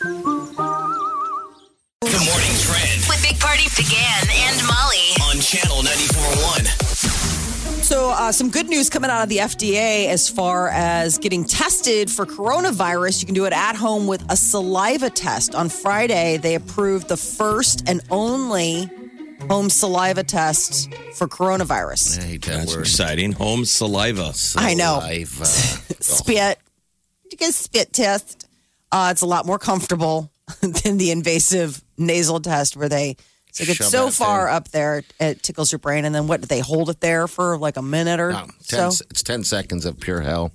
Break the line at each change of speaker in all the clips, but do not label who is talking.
Good morning, Trend
With Big Party began and Molly.
on Channel 94.1.
So, uh, some good news coming out of the FDA as far as getting tested for coronavirus. You can do it at home with a saliva test. On Friday, they approved the first and only home saliva test for coronavirus.
I hate that
That's
word.
exciting. Home saliva.
I know.
Saliva.
Spit. You get a spit test. Uh, it's a lot more comfortable than the invasive nasal test where they. So it gets
Shove
so
that
far
thing.
up there, it tickles your brain. And then what? Do they hold it there for like a minute or
No,
so? Oh,
ten, It's 10 seconds of pure hell.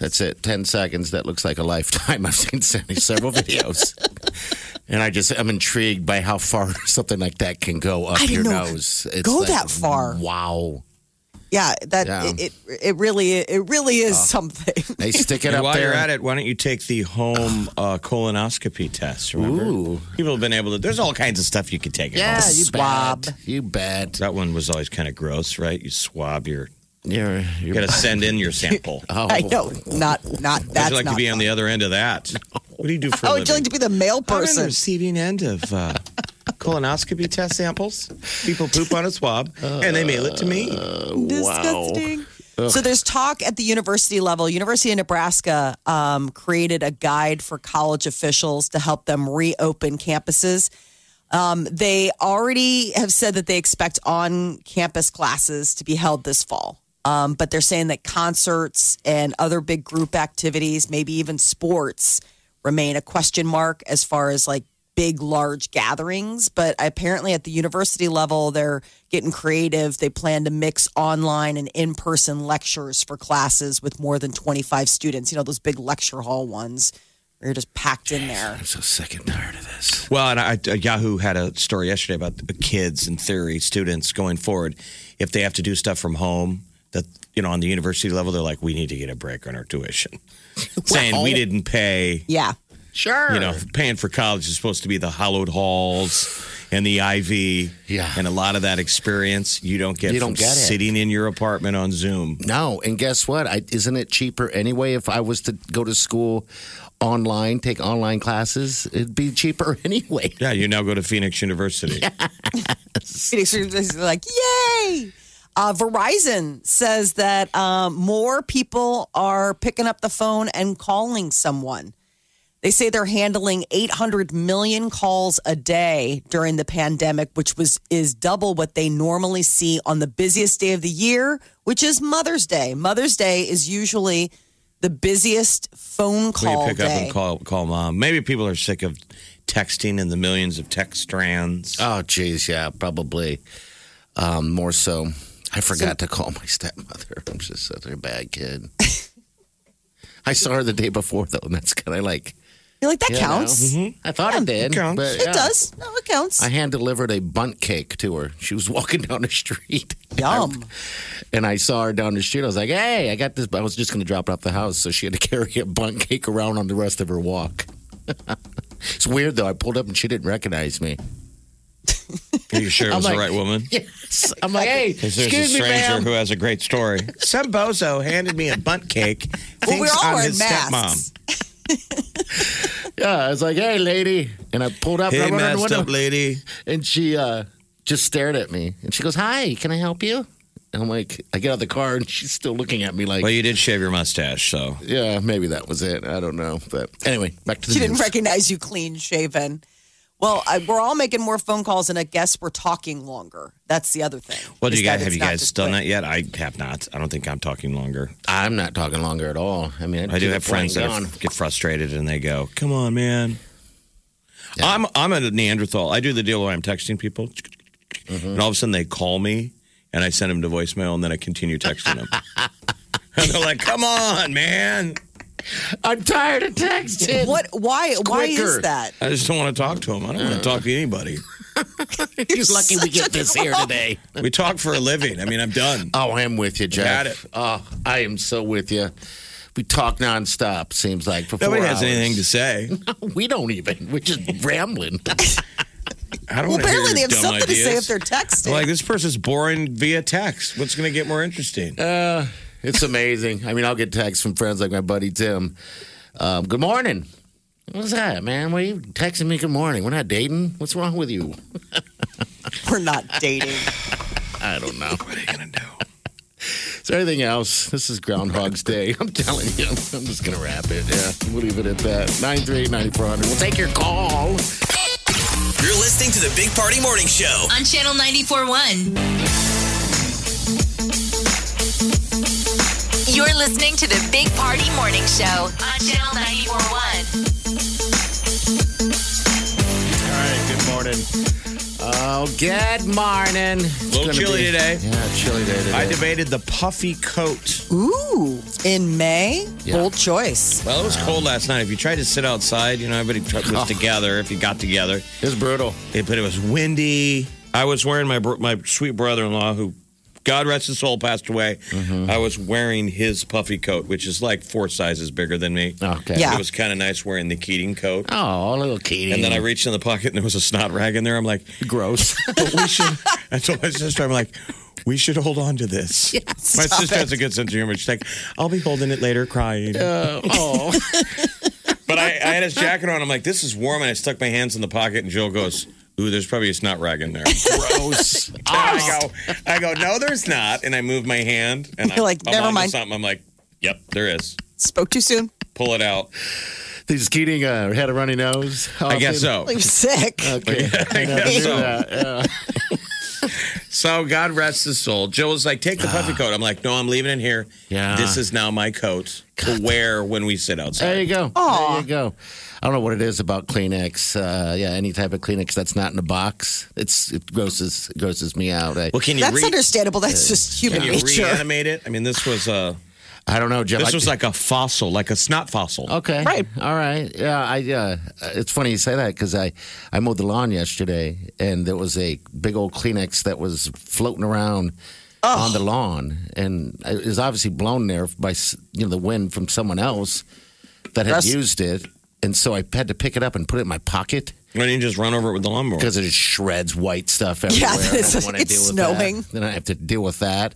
That's it. 10 seconds. That looks like a lifetime. I've seen Sandy several videos. And I just, I'm intrigued by how far something like that can go up
I
your
didn't know it
nose. It's
go
like,
that far.
Wow.
Yeah, that
Yeah. Uh,
It, it it really it really is something.
They stick it
And
up
while
there.
you're at it, why don't you take the home uh, colonoscopy test? Remember,
Ooh.
people have been able to. There's all kinds of stuff you could take. at
yeah,
home.
you
swab.
bet. You bet.
that one was always kind of gross, right? You swab your.
You're,
You
you're
got to send in your sample.
oh,
I know, not not
How'd
that's
you like
not.
to be on the other end of that? What do you do for?
How
a
Oh, would you like
living?
to be the male
I'm on the
person?
receiving end of uh, colonoscopy test samples. People poop on a swab, and they mail it to me.
Uh,
Disgusting. So there's talk at the university level. University of Nebraska um, created a guide for college officials to help them reopen campuses. Um, they already have said that they expect on-campus classes to be held this fall, um, but they're saying that concerts and other big group activities, maybe even sports, remain a question mark as far as like big, large gatherings. But apparently, at the university level, they're getting creative. They plan to mix online and in-person lectures for classes with more than twenty-five students. You know those big lecture hall ones where you're just packed in there.
I'm so sick and tired of this.
Well, and I, uh, Yahoo had a story yesterday about the kids in theory, students going forward, if they have to do stuff from home, that you know, on the university level, they're like, we need to get a break on our tuition, saying we didn't pay.
Yeah.
Sure.
You know, paying for college is supposed to be the hollowed halls and the Ivy,
Yeah.
and a lot of that experience you don't get
You
from
don't get it.
sitting in your apartment on Zoom.
No, and guess what? I, isn't it cheaper anyway? If I was to go to school online, take online classes, it'd be cheaper anyway.
Yeah, you now go to Phoenix University.
Phoenix University is like, yay! Uh, Verizon says that um, more people are picking up the phone and calling someone. They say they're handling 800 million calls a day during the pandemic, which was is double what they normally see on the busiest day of the year, which is Mother's Day. Mother's Day is usually the busiest phone
Will you
call
pick
day.
up and call call mom? Maybe people are sick of texting and the millions of text strands.
Oh, geez, yeah, probably um, more so. I forgot to call my stepmother. I'm just such a bad kid. I saw her the day before, though, and that's kind of like
You're like that
you know,
counts.
I thought it did.
counts.
but, yeah.
It does. No, it counts.
I hand delivered a bunt cake to her. She was walking down the street.
Yum.
And I saw her down the street. I was like, hey, I got this. I was just going to drop it off the house. So she had to carry a bun cake around on the rest of her walk. it's weird, though. I pulled up and she didn't recognize me.
Are you sure it
I'm
was
like-
the right woman?
Yes. I'm like, hey,
Because there's
excuse
a
me,
stranger
ma'am.
who has a great story. Some bozo handed me a bunt cake.
Well, we're
thinks
all
I'm
wearing
his
masks.
stepmom.
yeah, I was like, hey, lady. And I pulled up
Hey,
and I went
messed
window,
up lady.
and she uh, just stared at me. And she goes, hi, can I help you? And I'm like, I get out of the car and she's still looking at me like,
Well, you did shave your mustache, so
yeah, maybe that was it. I don't know. But anyway, back to the
She didn't
news.
recognize you clean shaven. Well, I, we're all making more phone calls, and I guess we're talking longer. That's the other thing.
well, do
Is
you guys
that
have
it's
you
not
guys
just
done
quick.
that yet? I have not. I don't think I'm talking longer.
I'm not talking longer at all. I mean,
I do have friends that are,
on.
get frustrated and they go, "Come on, man." I'm I'm a Neanderthal. I do the deal where I'm texting people,
Mm-hmm.
and all of a sudden they call me, and I send them to voicemail, and then I continue texting them. and they're like, "Come on, man."
I'm tired of texting.
What? Why? Why is
quicker.
that?
I just don't want to talk to him. I don't want to talk to anybody.
You're lucky we get this here today.
We talk for a living. I mean, I'm done.
Oh, I am with you, Jeff.
Got it.
Oh, I am so with you. We talk nonstop. Seems like for
Nobody
four
has
hours.
anything to say.
We don't even. We're just rambling.
I don't
Well,
want to hear
apparently
your
they have
dumb
something to say
ideas.
if they're texting.
I'm like this person's boring via text. What's going to get more interesting?
Uh, It's amazing. I mean, I'll get texts from friends like my buddy Tim. Um, good morning. What's that, man? Why are you texting me? Good morning. We're not dating. What's wrong with you?
We're not dating.
I don't know.
what are you going to do?
Is there anything else? This is Groundhog's Day. I'm telling you. I'm just going to wrap it. Yeah. We'll leave it at that. 938 9400. We'll take your call.
You're listening to the Big Party Morning Show.
on Channel 94.1. You're listening to the Big Party Morning Show on Channel 94.1.
All right. Good morning. Oh, good morning. It's
Little
gonna
chilly
be-
today.
Yeah, chilly day today.
I debated the puffy coat.
Ooh, in May,
Yeah.
bold choice.
Well, it was cold last night. If you tried to sit outside, you know, everybody tried- was together. If you got together,
it's brutal.
it, but it was windy. I was wearing my bro- my sweet brother in law, who, God rest his soul, passed away.
Mm-hmm.
I was wearing his puffy coat, which is like four sizes bigger than me.
Okay.
Yeah.
It was kind of nice wearing the Keating coat.
Oh, little Katie.
And then I reached in the pocket and there was a snot rag in there. I'm like,
gross.
but we should. I told my sister, I'm like, we should hold on to this. my sister has a good sense of humor. She's like, I'll be holding it later, crying.
Uh,
oh.
But I, I had his jacket on. I'm like, this is warm. And I stuck my hands in the pocket, and Jill goes, Ooh, there's probably a snot rag in there.
gross.
And I go, I go, no, there's not. And I move my hand, and
Oh. You're
I,
like,
I'm
never
onto
mind.
Something. I'm like, yep, there is.
Spoke too soon.
Pull it out.
He's Keating uh, had a runny nose.
I guess so.
You're sick.
Okay. I never
guess
knew
so.
that. Yeah.
So God rest his soul. Jill was like, take the puffy coat. I'm like, no, I'm leaving it here.
Ah. Yeah.
This is now my coat to wear when we sit outside.
There you go. There you go. I don't know what it is about Kleenex. Uh, yeah, any type of Kleenex that's not in a box, it's it grosses it grosses me out. I,
Well, can you
That's
re-
understandable. That's just human
can you
nature.
reanimate it? I mean, this was uh
I don't know, Jeff.
this
I-
was like a fossil, like a snot fossil.
Okay. Right. All right. Yeah. I. Uh, it's funny you say that because I I mowed the lawn yesterday and there was a big old Kleenex that was floating around on the lawn and it was obviously blown there by s- you know the wind from someone else that had
That's-
used it and so I had to pick it up and put it in my pocket
Why didn't you just run over it with the lawnmower?
because it just shreds white stuff everywhere.
Yeah,
I
it's-
don't wanna
it's
deal with
snowing.
That. Then I have to deal with that.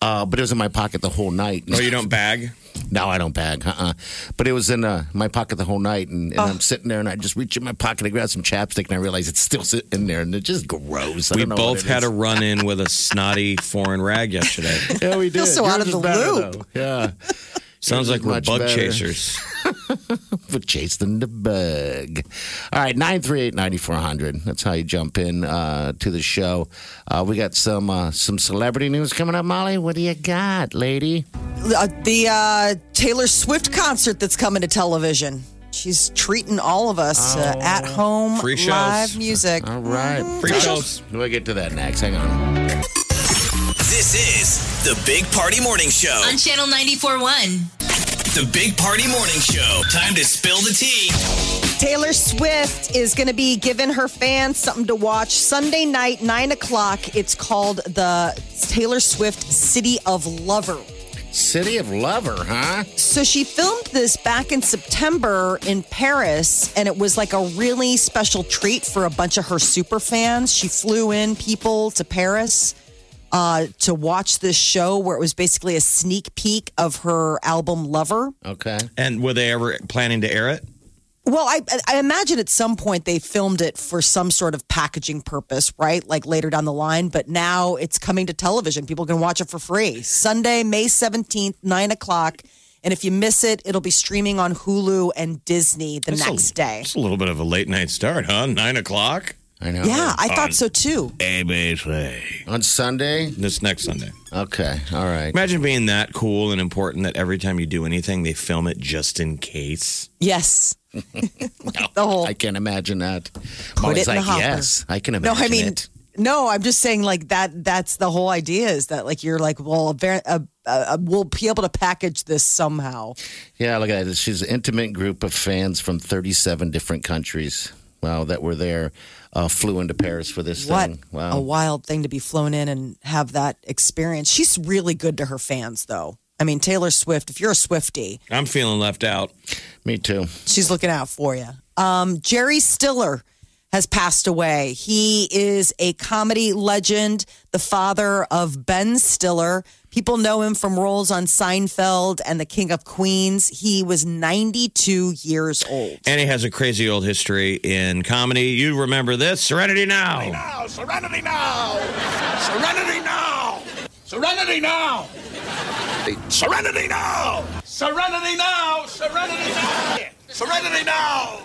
Uh, but it was in my pocket the whole night.
No, Oh, you don't bag.
No, I don't bag. Uh-uh. But it was in uh, my pocket the whole night, and, and
Oh.
I'm sitting there, and I just reach in my pocket to grab some chapstick, and I realize it's still sit- in there, and it just gross. I
We
don't know
both
what it
had a
is.
run in with a snotty foreign rag yesterday.
yeah, we did.
Feel so out of
Yours
the
is better,
loop.
though. Yeah,
Sounds like
Yours is
we're
much
bug
better.
chasers.
for chasing the bug. All right, nine three eight ninety four hundred. That's how you jump in uh, to the show. Uh, we got some uh, some celebrity news coming up, Molly. What do you got, lady?
Uh, the uh, Taylor Swift concert that's coming to television. She's treating all of us to at home
Oh. Free shows.
live music. Mm-hmm.
All right,
Free shows.
We'll get to that next. Hang on.
This is the Big Party Morning Show.
On Channel 94.1.
The Big Party Morning Show. Time to spill the tea.
Taylor Swift is going to be giving her fans something to watch Sunday night, 9 o'clock. It's called the Taylor Swift City of Lover.
City of Lover, huh?
So she filmed this back in September in Paris, and it was like a really special treat for a bunch of her super fans. She flew in people to Paris uh, to watch this show where it was basically a sneak peek of her album Lover.
Okay.
And were they ever planning to air it?
Well, I, I imagine at some point they filmed it for some sort of packaging purpose, right? Like later down the line, but now it's coming to television. People can watch it for free. Sunday, May 17th, 9 o'clock. And if you miss it, it'll be streaming on Hulu and Disney the next day.
It's a little bit of a late night start, huh? Nine o'clock.
I know.
Yeah, I thought so too.
ABC.
On Sunday?
This next Sunday.
Okay. All right.
Imagine being that cool and important that every time you do anything, they film it just in case.
Yes. the whole.
I can't imagine that. Molly's
it in
like,
the hopper.
yes, I can
no,
imagine
I mean,
it.
No, I'm just saying like that. That's the whole idea is that like you're like, well, a, ver- a, a, a- we'll be able to package this somehow.
Yeah, look at that. She's an intimate group of fans from 37 different countries. Wow, that were there, uh, flew into Paris for this
What
thing. Wow.
a wild thing to be flown in and have that experience. She's really good to her fans, though. I mean, Taylor Swift. If you're a Swifty,
I'm feeling left out.
Me too.
she's looking out for you. Um, Jerry Stiller has passed away. He is a comedy legend, the father of Ben Stiller. People know him from roles on Seinfeld and The King of Queens. He was 92 years old.
And he has a crazy old history in comedy. You remember this? Serenity Now.
now! Serenity now! Serenity now! Serenity now! Serenity now! Serenity now! Serenity now! Serenity now!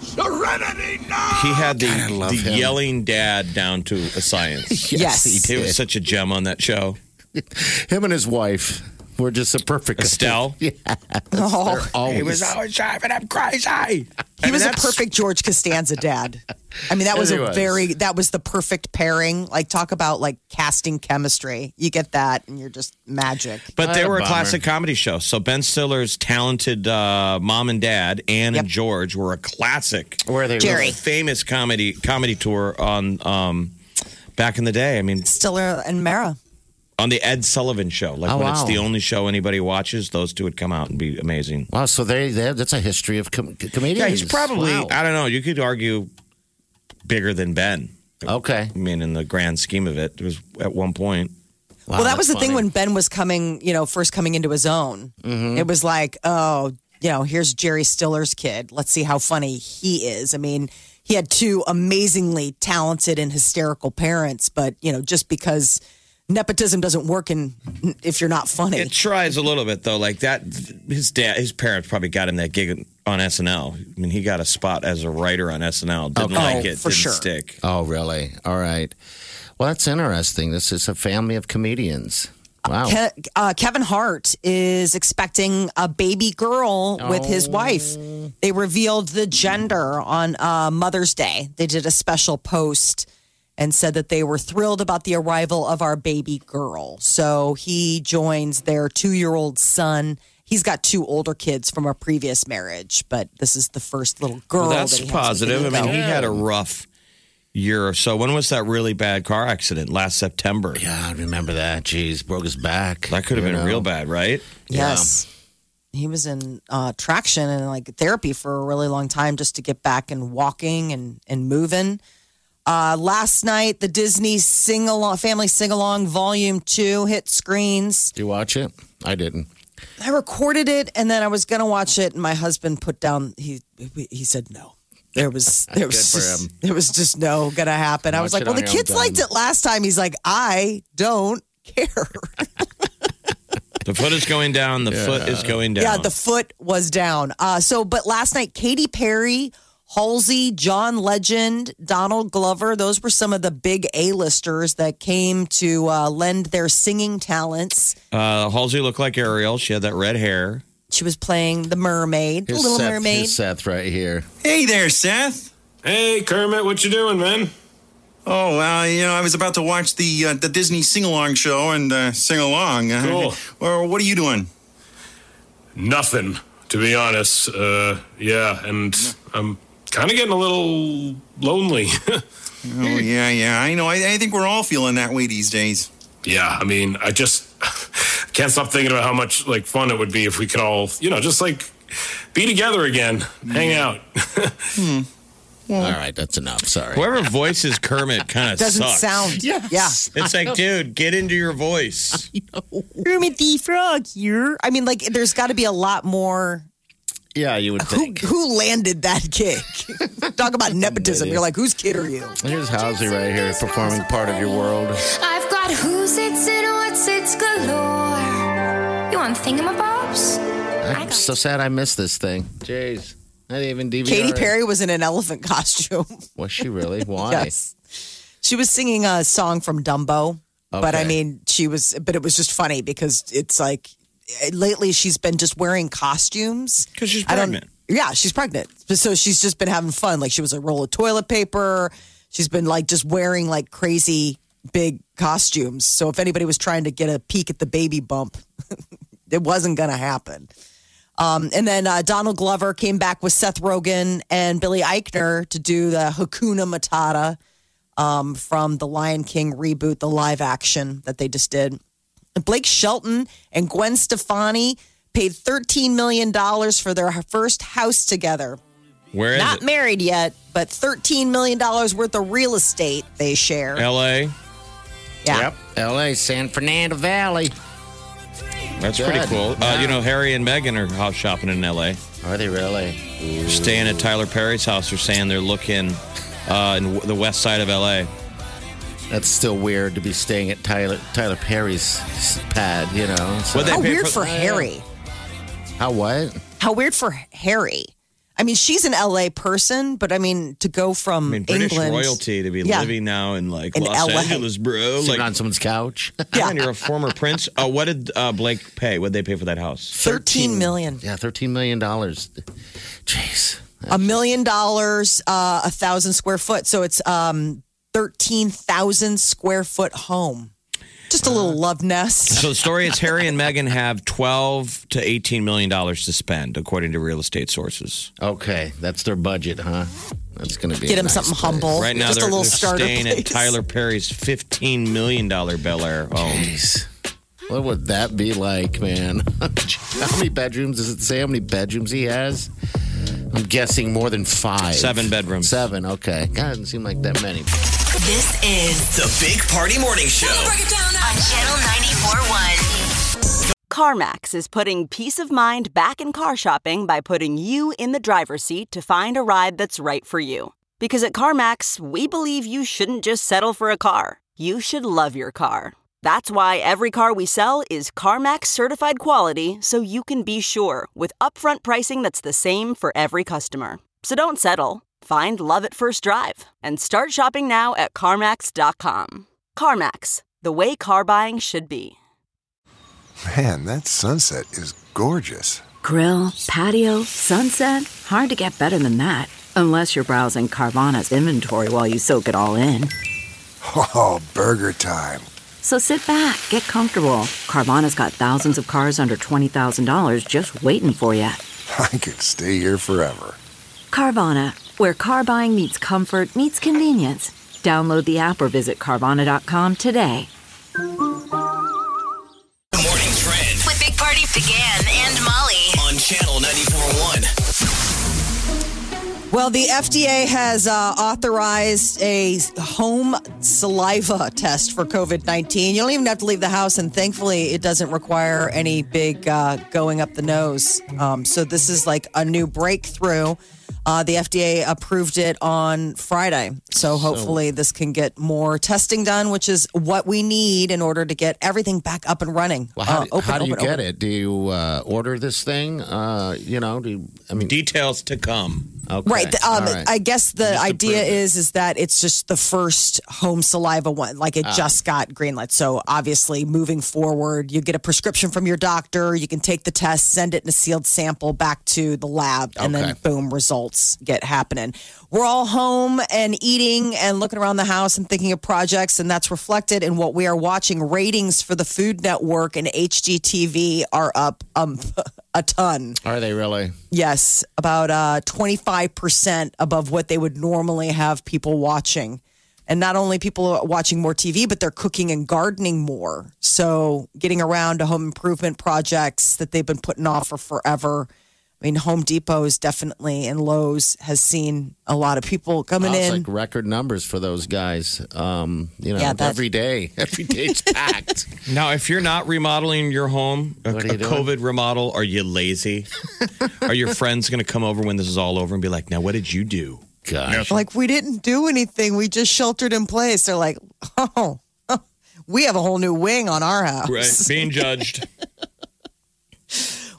Serenity now!
He had the,
God, I love
the
him.
yelling dad down to a science.
Yes.
he
it was
did.
such a gem on that show.
Him and his wife were just a perfect
Estelle.
Oh,
Always.
always driving up crazy.
he was a perfect George Costanza dad. I mean, that was
Yes,
a
he was.
very that was the perfect pairing. Like talk about like casting chemistry. You get that, and you're just magic.
But they
What a
were a
Uh, bummer.
classic comedy show. So Ben Stiller's talented uh, mom and dad, Anne and
Yep.
George, were a classic,
Where they
Jerry.
famous comedy comedy tour on um, back in the day. I mean,
Stiller and Mara.
on the Ed Sullivan Show. Like
Oh,
when it's
wow.
the only show anybody watches, those two would come out and be amazing.
Wow, so they, they that's a history of com- comedians.
Yeah, he's probably
Wow.
I don't know. You could argue bigger than Ben.
Okay.
I mean, in the grand scheme of it, it was at one point.
well, that was the
that's
thing
funny. Mm-hmm.
when Ben was coming, you know, first coming into his own. It was like, oh, you know, here's Jerry Stiller's kid. Let's see how funny he is. I mean, he had two amazingly talented and hysterical parents, but you know, just because nepotism doesn't work in if you're not funny.
It tries a little bit though. Like that, his dad, his parents probably got him that gig on SNL. I mean, he got a spot as a writer on SNL. Didn't
Okay.
like it.
Oh, for
didn't
sure.
stick.
Oh, really? All right. Well, that's interesting. This is a family of comedians. Wow.
Ke- uh, Kevin Hart is expecting a baby girl with
Oh.
his wife. They revealed the gender on uh, Mother's Day. They did a special post and said that they were thrilled about the arrival of our baby girl. So he joins their two year old son. He's got two older kids from a previous marriage, but this is the first little girl.
Well, that's
that he has to
positive. I
think
mean,
about.
he had a rough year or so. When was that really bad car accident? Last September.
Yeah, I remember that. Jeez, broke his back.
That could have
You
been
know?
real bad, right?
Yes. He was in uh, traction and like therapy for a really long time just to get back and walking and, and moving. Uh, last night, the Disney sing along, family sing along, volume two hit screens.
Did you watch it? I didn't.
I recorded it and then I was gonna watch it, and my husband put down. He he said no. There was there was
Good for
just,
him.
there was just no gonna happen. I was
Watch
like,
it
well, the
on your own
kids liked
time.
it last time. He's like, I don't care.
The foot is going down. The foot is going down.
Yeah, the foot was down. Uh, so, but last night, Katy Perry, Halsey, John Legend, Donald Glover, those were some of the big A-listers that came to uh, lend their singing talents.
uh, Halsey looked like Ariel. She had that red hair.
She was playing the mermaid, the
Here's
Little
Seth,
Mermaid.
Here's Seth right here.
Hey there, Seth.
Hey, Kermit, what you doing, man?
Oh, well, you know, I was about to watch the uh, the Disney sing along show and uh, sing along.
Cool.
Or what are you doing?
Nothing, to be honest. Uh, yeah, and I'm kind of getting a little lonely.
Oh, yeah, yeah. I know. I, I think we're all feeling that way these days.
yeah, I mean, I just can't stop thinking about how much like fun it would be if we could all, you know, just like be together again, hang out.
All right, that's enough. Sorry.
Whoever voices Kermit kind of
Doesn't
sucks.
sound. Yeah.
Yes.
It's like, dude, get into your voice.
Kermit the Frog here. I mean, like, there's got to be a lot more.
Yeah, you would
Who,
think.
who landed that gig? Talk about nepotism. You're like, whose kid are you?
Here's Halsey right here performing part of your world.
I've got who's it's and what's it's galore. You want thingamabobs?
I'm so sad I missed this thing. Jeez. Not even DVR.
Katy Perry was in an elephant costume.
Was she really? Why?
Yes. She was singing a song from Dumbo, but I
Okay.
mean, she was, but it was just funny because it's like eh, lately she's been just wearing costumes.
'Cause she's
I don't-
pregnant.
Yeah, she's pregnant. So she's just been having fun. Like she was a roll of toilet paper. she's been like just wearing like crazy big costumes. So if anybody was trying to get a peek at the baby bump, it wasn't going to happen. Um, and then uh, Donald Glover came back with Seth Rogen and Billy Eichner to do the Hakuna Matata um, from the Lion King reboot, the live action that they just did. Blake Shelton and Gwen Stefani paid $13 million for their first house together.
Where is
Not
it?
married yet, but $13 million worth of real estate they share.
L.A.
Yeah.
Yep. L.A. San Fernando Valley.
That's pretty
Good.
cool. Uh, you know, Harry and Meghan are house shopping in L.A.
Are they really?
Staying at Tyler Perry's house. They're saying they're looking uh, in w- the west side of L.A.
That's still weird to be staying at Tyler Tyler Perry's pad. You know. so-
What'd they How pay weird for- for Harry.
How what?
How weird for Harry. I mean, she's an LA person, but I mean, to go from
I mean, British
England
royalty to be
Yeah.
living now in like
In
Los
LA.
Angeles, bro.
Sitting
like
on someone's couch.
Yeah, you're a former prince. Uh, what did uh, Blake pay? What did they pay for that house?
13 million.
Yeah, thirteen million dollars. Jeez.
A million dollars, uh, a thousand square foot. So it's um, 13,000 square foot home. Just a
Uh,
little love nest.
So the story is Harry and Meghan have 12 to 18 million dollars to spend, according to real estate sources.
Okay, that's their budget, huh? That's going to be
Get
a
him
nice
something
place.
humble.
Right now,
just
they're,
a little
they're
starter
staying
place.
at Tyler Perry's 15 million dollar Bel Air home.
Jeez. What would that be like, man? how many bedrooms does it say? How many bedrooms he has? I'm guessing more than five.
Seven bedrooms.
Seven. Okay. God, doesn't seem like that many.
This is
The Big Party Morning Show.
on Channel 94.1.
CarMax is putting peace of mind back in car shopping by putting you in the driver's seat to find a ride that's right for you. Because at CarMax, we believe you shouldn't just settle for a car, you should love your car. That's why every car we sell is CarMax certified quality so you can be sure with upfront pricing that's the same for every customer. So don't settle. Find love at first drive and start shopping now at CarMax.com. CarMax, the way car buying should be.
Man, that sunset is gorgeous.
Grill, patio, sunset. Hard to get better than that. Unless you're browsing Carvana's inventory while you soak it all in.
Oh, burger time.
So sit back, get comfortable. Carvana's got thousands of cars under $20,000 just waiting for you.
I could stay here forever.
Carvana, where car buying meets comfort, meets convenience. Download the app or visit Carvana.com today.
With Big Party began and Molly.
On Channel 94.1.
Well, the FDA has uh, authorized a home saliva test for COVID 19. You don't even have to leave the house, and thankfully, it doesn't require any big uh, going up the nose. Um, so, this is like a new breakthrough. Uh, the FDA approved it on Friday. So, hopefully, this can get more testing done, which is what we need in order to get everything back up and running.
Well, how, do-
Uh,
how do you get it? Do you uh, order this thing? Uh, you know, do you, I mean,
Details to come.
okay.
Right. the- Um,
All right.
I guess the idea is is that it's just the first home saliva one. Like it
Ah.
just got greenlit. So obviously, moving forward, you get a prescription from your doctor. You can take the test, send it in a sealed sample back to the lab, and then
Okay.
boom, results get happening. We're all home and eating and looking around the house and thinking of projects, and that's reflected in what we are watching. Ratings for the Food Network and HGTV are up um, a ton.
Are they really?
Yes, about uh, 25% above what they would normally have people watching. And not only people are watching more TV, but they're cooking and gardening more. So getting around to home improvement projects that they've been putting off for forever. I mean, Home Depot's definitely and Lowe's has seen a lot of people coming
Wow, it's
in.
like record numbers for those guys. Um, you know,
Yeah, that-
every day, every day it's packed.
Now, if you're not remodeling your home, a,
What are you
a
doing?
COVID remodel, are you lazy? are your friends going to come over when this is all over and be like, now what did you do?
Gosh,
like, we didn't do anything. We just sheltered in place. They're like, oh, we have a whole new wing on our house.
Being judged.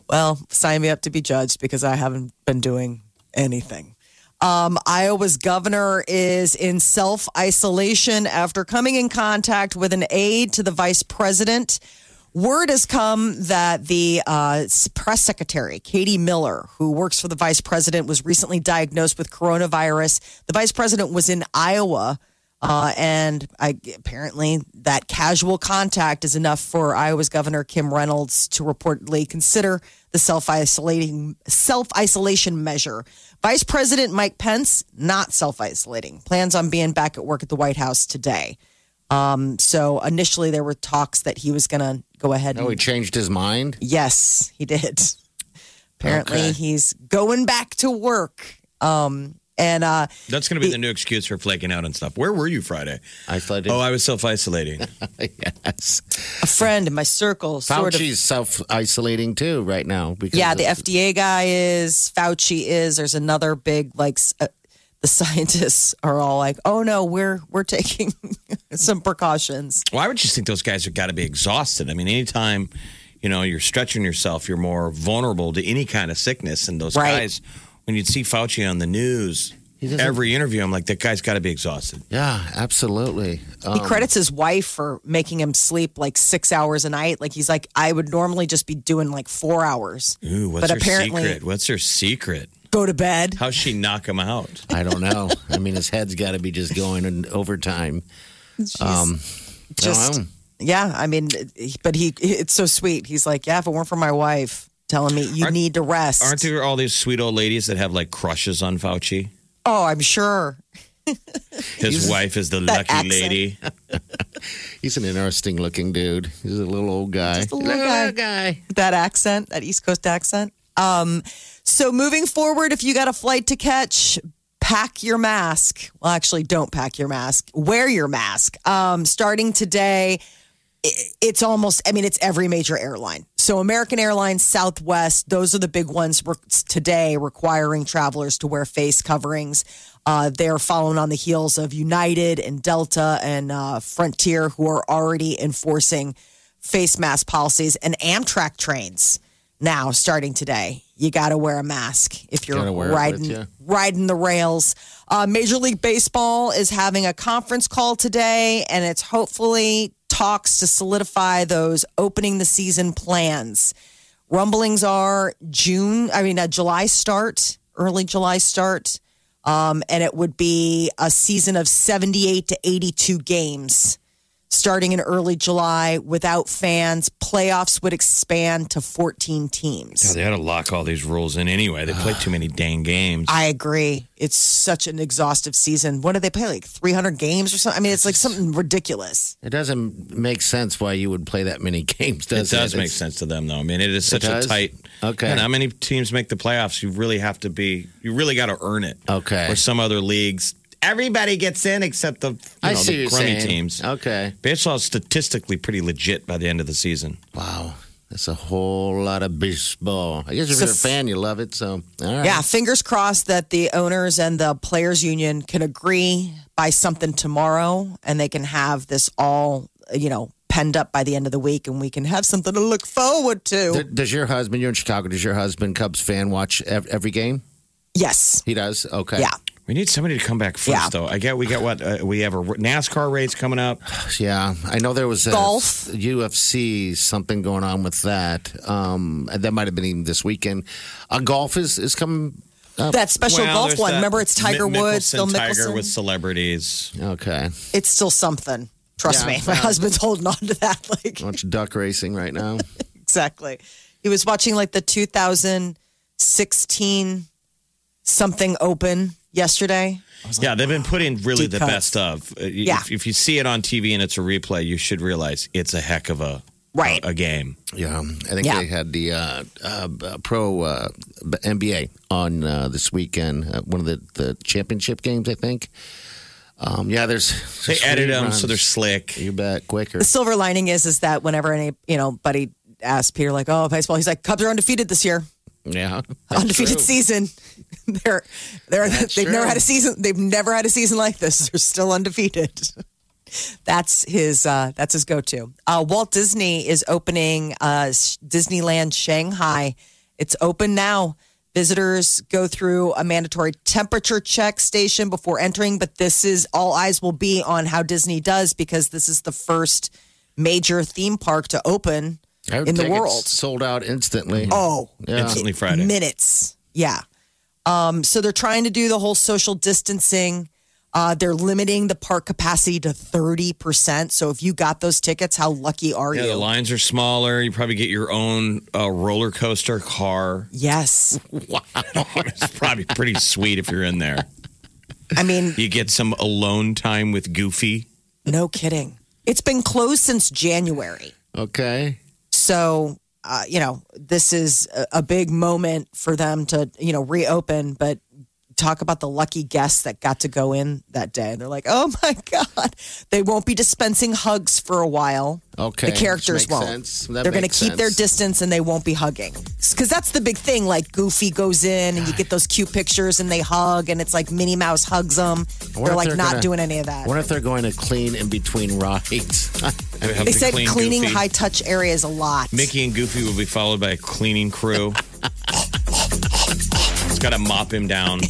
Well, sign me up to be judged because I haven't been doing anything. Um, Iowa's governor is in self isolation after coming in contact with an aide to the vice president. Word has come that the uh, press secretary, Katie Miller, who works for the vice president, was recently diagnosed with coronavirus. The vice president was in Iowa, uh, and I, apparently that casual contact is enough for Iowa's Governor Kim Reynolds to reportedly consider the self isolating self isolation measure. Vice President Mike Pence not self isolating. Plans on being back at work at the White House today. Um, so initially there were talks that he was going to go ahead.
No, Oh, he
and,
changed his mind.
yes, he did. Apparently
Okay.
he's going back to work. Um, and uh,
That's going to be the new excuse for flaking out and stuff. Where were you Friday?
Isolated.
Oh, I was self isolating.
yes.
a friend in my circle sort of
Fauci's self isolating too right now. Because
yeah, the
of-
FDA guy is, Fauci is. There's another big like s- uh, the scientists are all like, "Oh no, we're we're taking some precautions."
Well, I would just think those guys have got to be exhausted. I mean, anytime you know you're stretching yourself, you're more vulnerable to any kind of sickness. And those
Right.
guys, when you'd see Fauci on the news,
doesn't-
every interview, I'm like, that guy's got to be exhausted.
Yeah, absolutely. Um,
he credits his wife for making him sleep like 6 hours a night. Like he's like, "I would normally just be doing like 4 hours."
Oh,
Ooh, what's
but
her
apparently
secret? What's her secret?
go to bed.
How's she knock him out?
I don't know. I mean, his head's got to be just going in overtime. Um, I don't
Just
know.
yeah, I mean, but he it's so sweet. He's like, "Yeah, if it weren't for my wife telling me you need to rest."
Aren't there all these sweet old ladies that have like crushes on Fauci?
oh, I'm sure.
His wife is the
that
lucky
accent.
lady.
he's an interesting looking dude. He's a little old guy.
the little guy. That accent, that East Coast accent. Um, so moving forward, if you got a flight to catch, pack your mask. Well, actually, don't pack your mask. Wear your mask. Um, starting today, i- it's almost. I mean, it's every major airline. So American Airlines, Southwest, those are the big ones re- today requiring travelers to wear face coverings. Uh, they're following on the heels of United and Delta and uh, Frontier, who are already enforcing face mask policies and Amtrak trains now starting today. You got to wear a mask if you're
Gotta wear it
riding
with you.
riding the rails. Uh, Major League Baseball is having a conference call today, and it's hopefully talks to solidify those opening the season plans. Rumblings are June, I mean, a July start, early July start, um, and it would be a season of 78 to 82 games starting in early July without fans. Playoffs would expand to 14 teams.
God, they ought to lock all these rules in anyway. They play too many dang games.
I agree. It's such an exhaustive season. What do they play? Like 300 games or something? I mean, it's like something ridiculous.
It doesn't make sense why you would play that many games, does
it
it?
does make
It's-
sense to them, though. I mean, it is
It
such a
does?
tight.
Okay.
Man, how many teams make the playoffs? You really have to be. You really got to earn it.
Okay.
Or some other leagues, everybody gets in except the you
I
know,
see
the
what you're
crummy
saying.
teams.
Okay.
Baseball is statistically pretty legit by the end of the season.
Wow. That's a whole lot of baseball. I guess if
So
you're a
f-
fan, you love it. So, all right.
Yeah, fingers crossed that the owners and the players union can agree by something tomorrow and they can have this all, you know, penned up by the end of the week and we can have something to look forward to.
Th- Does your husband, you're in Chicago, does your husband, Cubs fan, watch ev- every game?
yes.
He does? Okay.
Yeah.
We need somebody to come back first,
Yeah.
though. I get we got what uh, we have a r- NASCAR race coming up.
Yeah. I know there was a
Golf.
UFC, something going on with that. Um, and that might have been even this weekend. Uh, golf is, is coming.
That special
Well,
golf
there's
one.
that
Remember, it's Tiger
Mi-
Woods,
Mickelson,
Phil
Tiger
Mickelson.
with celebrities.
Okay.
it's still something. Trust
Yeah,
me. My
yeah.
husband's holding on to that. Like,
Watch duck racing right now.
exactly. He was watching like the 2016 something open yesterday.
Yeah, they've been putting really
Deep
the
cuts.
best of. Uh, y-
Yeah.
If, if you see it on TV and it's a replay, you should realize it's a heck of a
Right.
a game.
Yeah, um, I think
Yeah.
they had the uh, uh, pro uh, NBA on uh, this weekend, uh, one of the, the championship games, I think. Um, yeah, there's
They
there's
edit them so
reruns.
they're slick.
you bet quicker.
The silver lining is is that whenever any you know buddy asked Peter like, "Oh, baseball," he's like, "Cubs are undefeated this year,
Yeah,
undefeated
True.
season." they're they're
That's
they've never
true.
had a season they've never had a season like this. They're still undefeated. That's his. Uh, that's his go-to. Uh, Walt Disney is opening uh, Sh- Disneyland Shanghai. It's open now. Visitors go through a mandatory temperature check station before entering, but this is all eyes will be on how Disney does because this is the first major theme park to open
I would
in the
think it's
world.
sold out instantly.
Oh,
yeah.
in Minutes. Yeah. Um, so they're trying to do the whole social distancing. Uh, they're limiting the park capacity to 30%. So if you got those tickets, how lucky are
Yeah,
you?
the lines are smaller. You probably get your own uh, roller coaster car.
Yes.
Wow. it's probably pretty sweet if you're in there.
I mean,
You get some alone time with Goofy.
no kidding. It's been closed since January.
Okay.
So, uh, you know, this is a, a big moment for them to, you know, reopen, but talk about the lucky guests that got to go in that day. They're like, oh my God, they won't be dispensing hugs for a while.
Okay,
The characters
which makes
won't.
sense. That
They're going to
makes
keep their
sense.
distance and they won't be hugging. Because that's the big thing. Like, Goofy goes in and you get those cute pictures and they hug, and it's like Minnie Mouse hugs them.
I wonder
They're
if
like not
gonna-
doing any of that.
I wonder if they're going to clean in between rides.
They said cleaning
Goofy.
high touch areas a lot.
Mickey and Goofy will be followed by a cleaning crew. it's got to mop him down.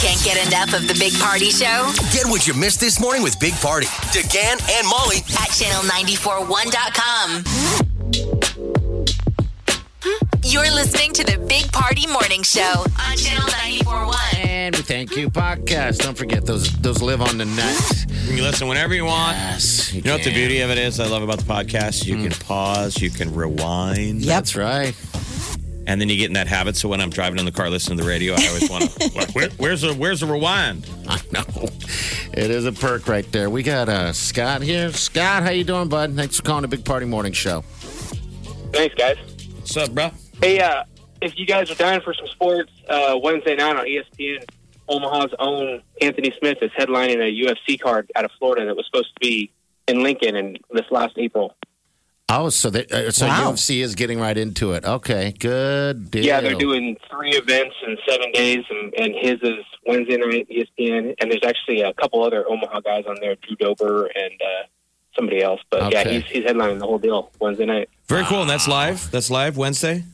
Can't get enough of the Big Party Show
Get what you missed this morning with Big Party. DeGan and Molly.
at channel941.com. You're listening to the Big Party Morning Show on channel 941.
And we thank you, podcast. Don't forget those those live on the net.
You can listen whenever you want.
Yes,
You Mm. know what the beauty of it is I love about the podcast? You can pause, you can rewind.
That's right.
And then you get in that habit. So when I'm driving in the car listening to the radio, I always want to, like, where, where's, the, where's the rewind?
I know. It is a perk right there. We got uh, Scott here. Scott, how you doing, bud? Thanks for calling the Big Party Morning Show.
Thanks, guys.
What's up, bro?
Hey, uh, if you guys are dying for some sports, uh, Wednesday night on ESPN, Omaha's own Anthony Smith is headlining a UFC card out of Florida that was supposed to be in Lincoln in this last April.
Oh, so they, uh, so
Wow.
UFC is getting right into it. Okay, good deal.
Yeah, they're doing three events in seven days, and, and his is Wednesday night E ESPN. And there's actually a couple other Omaha guys on there, Drew Dober and uh, somebody else. But yeah,
Okay.
he's, he's headlining the whole deal Wednesday night.
Very cool. And that's live? That's live Wednesday?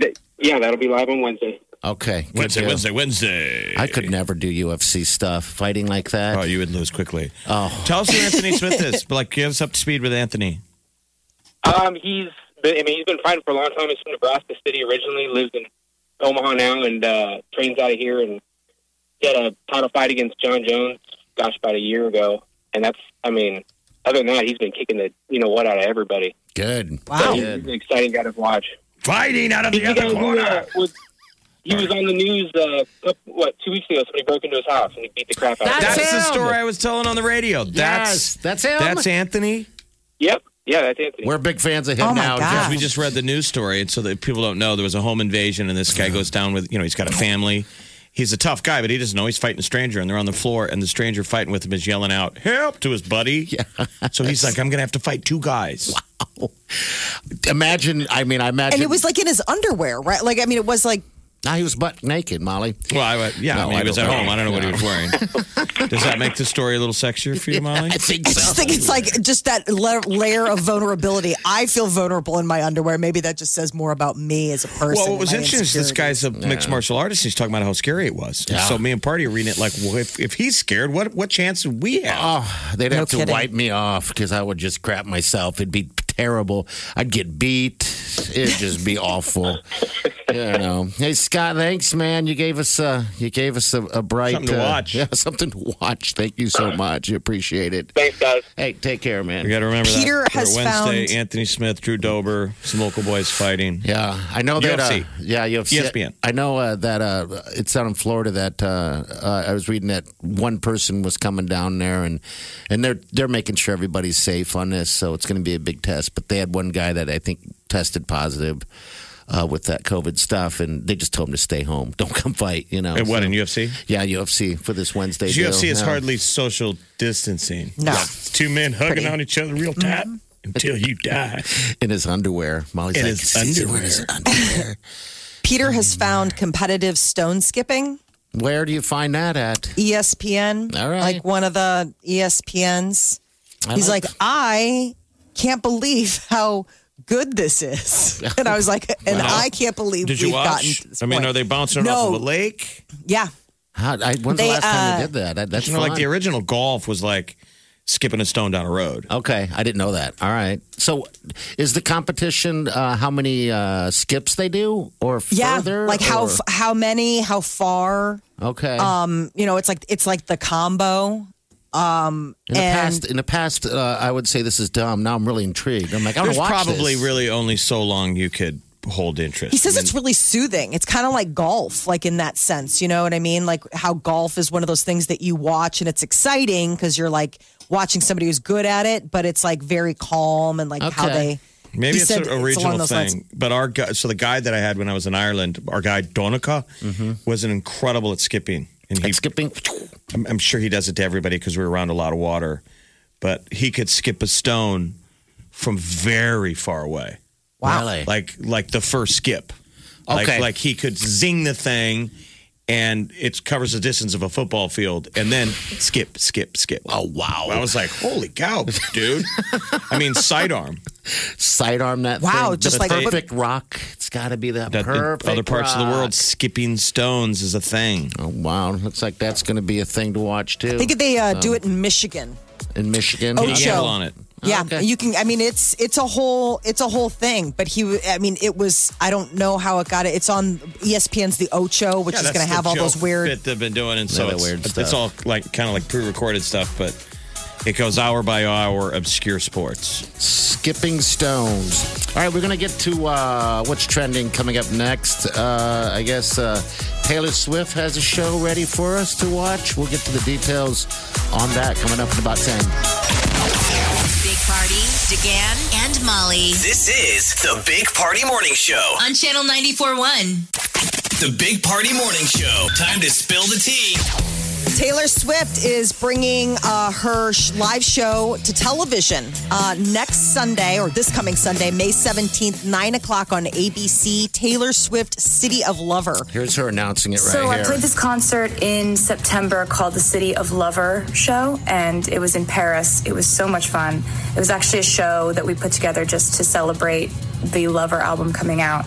Th- yeah, that'll be live on Wednesday.
Okay, good
Wednesday,
deal.
Wednesday, Wednesday.
I could never do UFC stuff, fighting like that. Oh,
you would lose quickly.
Oh,
Tell us who Anthony Smith is. But like, get us up to speed with Anthony.
Um, he's been, I mean, he's been fighting for a long time. He's from Nebraska City originally, lives in Omaha now, and uh, trains out of here. And he had a title fight against John Jones, gosh, about a year ago. And that's, I mean, other than that, he's been kicking the you know what out of everybody.
good.
So he's, he's an exciting guy to watch.
Fighting out of the
He's
other
guy who,
corner.
uh, was- he was on the news, uh, couple- what, two weeks ago? Somebody broke into his house and he beat the crap out of him.
That's, the story I was telling on the radio.
Yes,
That's
that's
him.
That's Anthony.
Yep. Yeah, that's Anthony.
We're big fans of him
Oh my
now.
Because we just read the news story, and so that people don't know there was a home invasion, and this guy goes down with you know he's got a family. He's a tough guy, but he doesn't know he's fighting a stranger, and they're on the floor, and the stranger fighting with him is yelling out "help" to his buddy. Yeah. So he's like, "I'm gonna have to fight two guys."
Wow. Imagine. I mean, I imagine.
and it was like in his underwear, right? Like, I mean, it was like
Now he was butt naked, Molly.
Well, I, yeah, I
No,
mean,
I
he was at
don't know.
home. I don't know what he was wearing. Does that make the story a little sexier for you, Molly? I
think
I just think it's like just that la- layer of vulnerability. I feel vulnerable in my underwear. Maybe that just says more about me as a person.
Well, what was
my
interesting is this guy's a mixed martial artist. He's talking about how scary it was. And
Yeah.
So me and Party are reading it like, well, if, if he's scared, what what chance do we have?
Oh, they'd have to wipe me off because I would just crap myself. It'd be terrible. I'd get beat. It'd just be awful. You know. Hey Scott, thanks, man. You gave us uh you gave us a, a bright
Something to
uh,
watch.
Yeah, something to watch. Thank you so much. Appreciate it.
Thanks, guys.
Hey, take care, man.
We got to remember
Peter
that.
has
We're Wednesday,
found-
Anthony Smith, Drew Dober, some local boys fighting.
Yeah, I know that.
UFC.
Uh, yeah, UFC.
ESPN.
I know uh, that uh, it's down in Florida. That uh, uh, I was reading that one person was coming down there, and and they're they're making sure everybody's safe on this. So it's going to be a big test. But they had one guy that I think tested positive uh, with that COVID stuff, and they just told him to stay home. Don't come fight. You know.
And what
So-
in UFC?
Yeah, UFC for this Wednesday. deal.
UFC is
Yeah.
hardly social distancing.
No.
Yeah. It's two men hugging
Pretty-
on each other real tight
Mm-hmm.
until you die.
in his underwear. Molly's
In
like,
his
"He's wearing his underwear."
Peter has found competitive stone skipping. E
Where do you find that at?
ESPN,
All right.
like one of the E ESPNs.
I
He's
like
like, I can't believe how good this is, and I was like, and
Wow.
I can't believe
Did
we've
you
gotten.
watch?
To this
I mean,
point.
are they bouncing
No.
off of a lake?
Yeah.
How, I, when's
They,
the last time
uh,
they did that? that that's
you know, like
fun.
the original golf was like skipping a stone down a road.
Okay, I didn't know that. All right. So, is the competition uh, how many uh, skips they do, or
Yeah,
further?
like how
or-
f- how many, how far?
okay.
Um, you know, it's like it's like the combo. Um,
in the
and
past, in the past, uh, I would say this is dumb. Now I'm really intrigued. I'm like, I'm
There's
gonna watch
probably
this.
really only so long you could hold interest.
He says it's really soothing. It's kind of like golf, like in that sense. You know what I mean? Like how golf is one of those things that you watch and it's exciting because you're like watching somebody who's good at it, but it's like very calm and like how they.
Maybe
he
it's
said
a- a
it's
regional
along those lines.
thing, but our guy, so the guy that I had when I was in Ireland, our guy Donica, was an incredible at skipping. And he,
Mm-hmm. skipping,
I'm, I'm sure he does it to everybody because we were around a lot of water, but he could skip a stone from very far away.
Wow. Really?
Like like the first skip.
Okay.
Like, like he could zing the thing, and it covers the distance of a football field, and then skip, skip, skip.
Oh wow!
I was like, holy cow, dude! I mean, sidearm.
Sidearm that
Wow,
thing.
just
the
like-
perfect rock. It's got to be the
that
perfect
in other parts of the
rock.
world, skipping stones is a thing.
Oh wow! Looks like that's going to be a thing to watch too. Um,
I think they uh,
So,
do it in Michigan.
in Michigan.
Ocho.
Oh,
Yeah, you can. I mean, it's it's a whole it's a whole thing. But he, w- I mean, it was. I don't know how it got it. It's on E ESPN's The Ocho, which
Yeah,
is
that's
going to
the
have all those
joke
weird.
bit they've been doing, and so
Yeah, the
it's,
weird
it's
stuff.
all like kind of like pre-recorded stuff, but it goes hour by hour, obscure sports.
Skipping stones. All right, we're going to get to uh, what's trending coming up next. Uh, I guess uh, Taylor Swift has a show ready for us to watch. We'll get to the details on that coming up in about 10.
Big Party, DeGan, and Molly.
This is the Big Party Morning Show.
On Channel 94.1.
The Big Party Morning Show. Time to spill the tea.
Taylor Swift is bringing uh, her sh- live show to television uh, next Sunday, or this coming Sunday, May 17th, 9 o'clock on ABC. Taylor Swift, City of Lover.
Here's her announcing it right
so uh,
here.
I played this concert in September called the City of Lover show, and it was in Paris. It was so much fun. It was actually a show that we put together just to celebrate the Lover album coming out.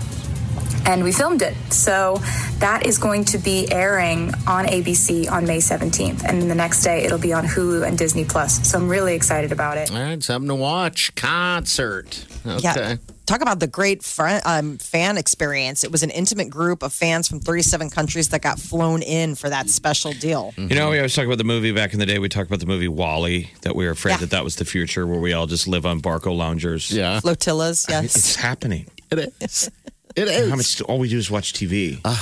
And we filmed it. So that is going to be airing on ABC on May 17th. And then the next day it'll be on Hulu and Disney Plus. So I'm really excited about it.
All right, something to watch. Concert. Okay.
Yeah. Talk about the great fr- um, fan experience. It was an intimate group of fans from 37 countries that got flown in for that special deal.
You know, we always talk about the movie back in the day. We talked about the movie Wally, that we were afraid that that was the future, where we all just live on barco loungers.
Yeah,
flotillas. Yes,
it's happening.
It is. It is.
How much? All we do is watch TV
Uh,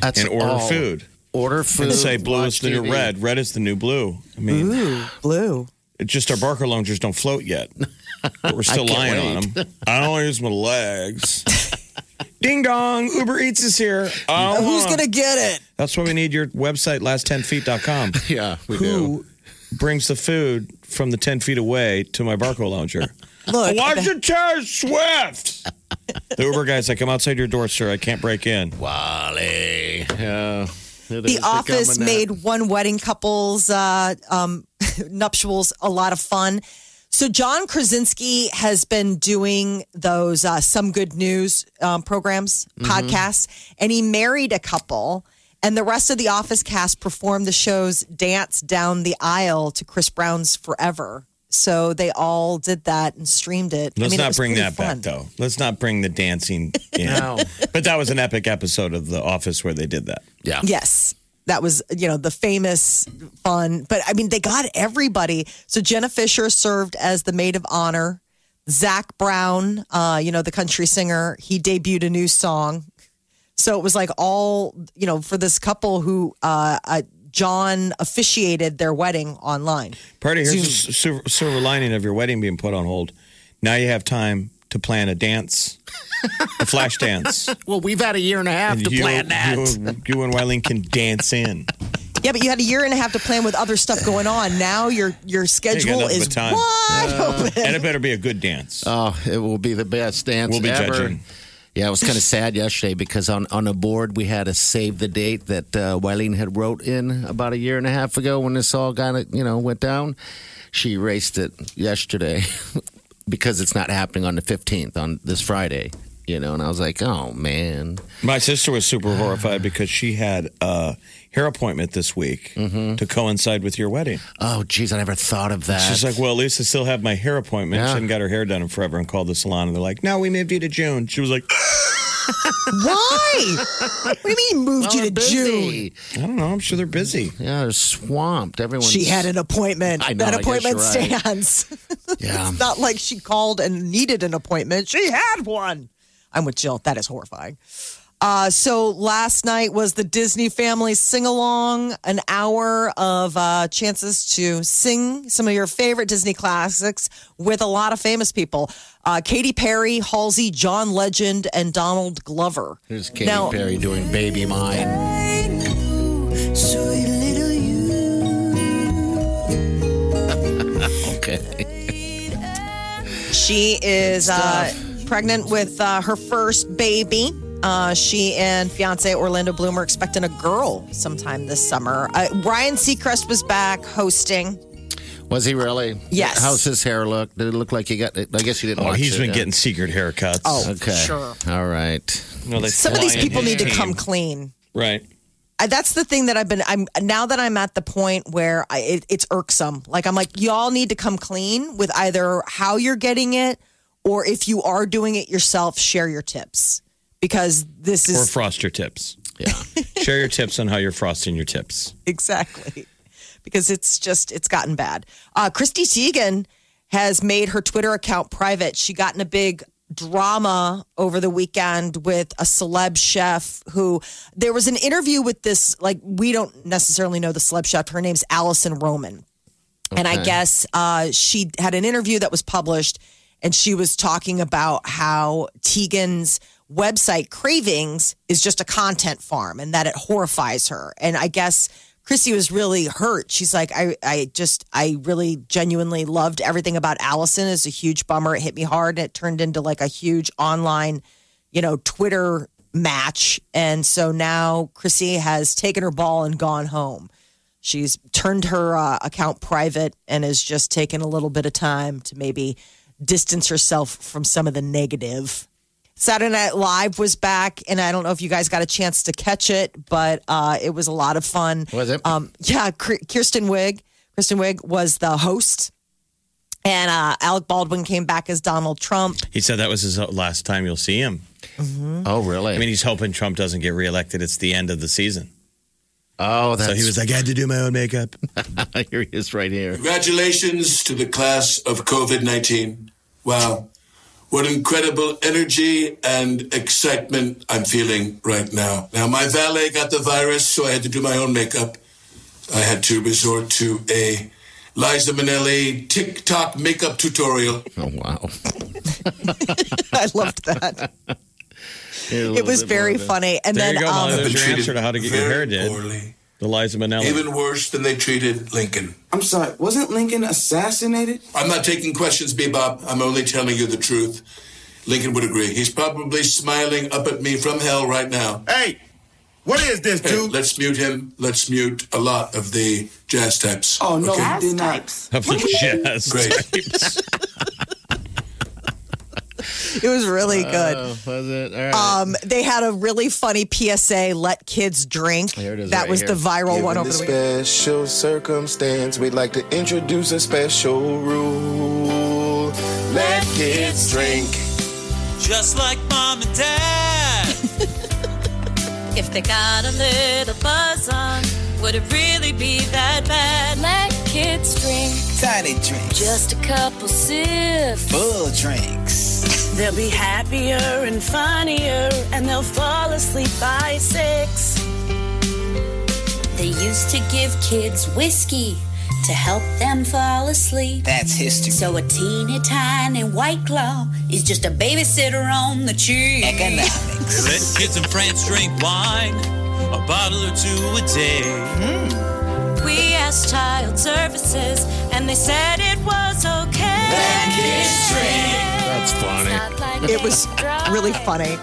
That's
and order
all.
food.
Order
And
food.
say blue is
watch
the new
TV.
red. Red is the new blue. I mean,
blue.
It's just our barker loungers don't float yet. But we're still
I can't
lying on them. I don't want to use my legs. Ding dong, Uber Eats is here. Oh,
Who's going to get it?
That's why we need your website, last10feet.com.
Yeah, we
Who brings the food from the 10 feet away to my barco lounger?
Look,
Watch your chairs, Swift. the Uber guy's like, I'm outside your door, sir. I can't break in.
Wally. Yeah. It is
The Office
becoming that.
made one wedding couple's uh, um, nuptials a lot of fun. So John Krasinski has been doing those uh, some good news um, programs,
Mm-hmm.
podcasts, and he married a couple. And the rest of the Office cast performed the show's "Dance Down the Aisle" to Chris Brown's "Forever." So they all did that and streamed it. I
Let's
mean, it
not
was
bring
pretty
that
fun.
back, though. Let's not bring the dancing in.
No.
But that was an epic episode of The Office where they did that.
Yeah.
Yes. That was, you know, the famous fun. But I mean, they got everybody. So Jenna Fisher served as the maid of honor. Zach Brown, uh, you know, the country singer, he debuted a new song. So it was like all, you know, for this couple who uh, uh, John officiated their wedding online.
Party, here's a silver, silver lining of your wedding being put on hold. Now you have time to plan a dance, a flash dance.
Well, we've had a year and a half to
you,
plan that.
You, you and Wileen can dance in.
Yeah, but you had a year and a half to plan with other stuff going on. Now your your schedule
nothing
is
but time. Uh,
wide open.
and it better be a good dance.
Oh, it will be the best dance
We'll be
ever.
judging.
Yeah, it was kind of sad yesterday because on on a board we had a save the date that uh, Wileen had wrote in about a year and a half ago when this all got you know went down. She erased it yesterday because it's not happening on the fifteenth on this Friday. you know, and I was like, oh man.
My sister was super horrified because she had a hair appointment this week
Mm-hmm.
to coincide with your wedding.
Oh, geez, I never thought of that.
She's like, well, at least I still have my hair appointment.
Yeah.
She hadn't got her hair done in forever and called the salon, and they're like, no, we moved you to June. She was like,
Why? What do you mean moved you to June?
I don't know. I'm sure they're busy.
Yeah, they're swamped. Everyone's
She had an appointment.
I know,
that
I guess
appointment
you're right.
stands.
Yeah.
it's not like she called and needed an appointment. She had one. I'm with Jill. That is horrifying. Uh, so last night was the Disney family sing along, an hour of uh, chances to sing some of your favorite Disney classics with a lot of famous people. Uh, Katy Perry, Halsey, John Legend, and Donald Glover.
Here's Katy
Now-
Perry doing Baby Mine.
Sweet little
Okay.
She is uh, pregnant with uh, her first baby. Uh, she and fiance Orlando Bloom are expecting a girl sometime this summer. Uh, Ryan Seacrest was back hosting.
Was he really?
Yes.
How's his hair look? Did it look like he got? I guess you didn't.
Oh,
watch
he's
it,
been
huh?
getting secret haircuts.
Oh,
okay.
sure.
All right.
No, they
Some of these
fly in
people
his
need to
team.
come clean.
Right.
I, that's the thing that I've been. I'm now that I'm at the point where I, it, it's irksome. Like I'm like, y'all need to come clean with either how you're getting it, or if you are doing it yourself, share your tips because this
Or
is
frost your tips. Yeah. Share your tips on how you're frosting your tips.
exactly because it's just it's gotten bad uh, christy teigen has made her twitter account private she got in a big drama over the weekend with a celeb chef who there was an interview with this like we don't necessarily know the celeb chef her name's allison roman and I
Okay.
guess uh, she had an interview that was published, and she was talking about how Tegan's website Cravings is just a content farm, and that it horrifies her. And I guess Chrissy was really hurt. She's like, I, I just, I really genuinely loved everything about Allison. It's a huge bummer. It hit me hard. And it turned into like a huge online, you know, Twitter match. And so now Chrissy has taken her ball and gone home. She's turned her uh, account private and is just taking a little bit of time to maybe distance herself from some of the negative. Saturday Night Live was back, and I don't know if you guys got a chance to catch it, but uh, it was a lot of fun. Was it? Um, yeah, Kr- Kirsten Wig. Kirsten Wig was the host, and uh, Alec Baldwin came back as Donald Trump.
He said that was his last time you'll see him. Mm-hmm.
Oh, really?
I mean, he's hoping Trump doesn't get reelected. It's the end of the season.
Oh,
so he
that's-
was like, I had to do my own makeup.
here he is, right here.
Congratulations to the class of COVID 19. Wow. What incredible energy and excitement I'm feeling right now. Now, my valet got the virus, so I had to do my own makeup. I had to resort to a Liza Minnelli TikTok makeup tutorial.
Oh, wow.
I loved that. It was very funny. And
there
then
you go, Molly.
um,
There's your answer to how to get your hair did. The Liza Minnelli.
Even worse than they treated Lincoln.
I'm sorry, wasn't Lincoln assassinated?
I'm not taking questions, Bebop. I'm only telling you the truth. Lincoln would agree. He's probably smiling up at me from hell right now. Hey, what is this, dude? let's mute him. Let's mute a lot of the jazz types.
Oh no,
okay?
he did not.
Of the jazz
Great.
it was really good.
Oh, was it? All right.
Um, they had a really funny PSA: "Let kids drink." that was the viral
Given
one over
the
the weekend.
special circumstance, we'd like to introduce a special rule. Let kids drink.
Just like mom and dad.
If they got a little buzz on, would it really be that bad? Let kids drink. Tiny drinks. Just a couple sips.
Full drinks.
They'll be happier and funnier, and they'll fall asleep by six. They used to give kids whiskey to help them fall asleep. That's history. So a teeny tiny white claw is just a babysitter on the cheap.
Let kids in France drink wine, a bottle or two a day.
Mm.
We asked child services, and they said it was okay. Let kids drink.
That's funny.
It was really funny.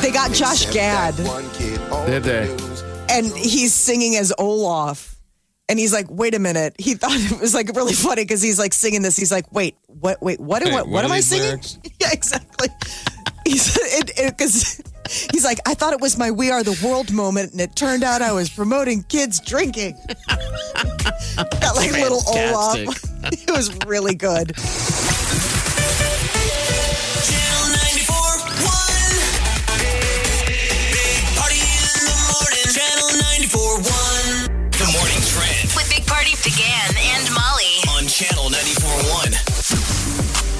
They got Josh Gad,
Did they?
and he's singing as Olaf. And he's like, "Wait a minute." He thought it was like really funny because he's like singing this. He's like, "Wait, what? Wait, what?
Hey,
what,
what
what
are
am I
these
singing?"
lyrics?
Yeah, exactly. He's it because he's like, I thought it was my "We Are the World" moment, and it turned out I was promoting kids drinking. Got like little Olaf.
Fantastic.
it was really good.
Channel 94.1. Big Party in the morning. Channel 94.1.
The morning trend
With Big Party began and Molly.
on Channel 94.1.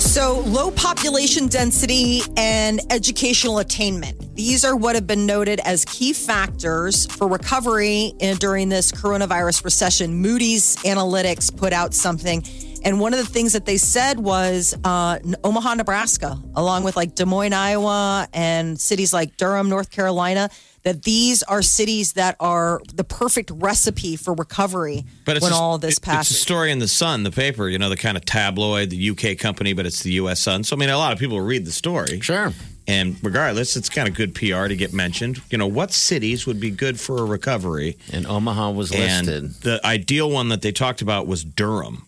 So, low population density and educational attainment. These are what have been noted as key factors for recovery in, during this coronavirus recession. Moody's Analytics put out something. And one of the things that they said was uh, in Omaha, Nebraska, along with like Des Moines, Iowa, and cities like Durham, North Carolina, that these are cities that are the perfect recipe for recovery when
a-
all
it-
this
it's
passes.
a story in the Sun, the paper, you know, the kind of tabloid, the UK company, but it's the US Sun. So I mean, a lot of people read the story.
Sure.
And regardless, it's kind of good PR to get mentioned. You know, what cities would be good for a recovery?
And Omaha was listed.
The ideal one that they talked about was Durham,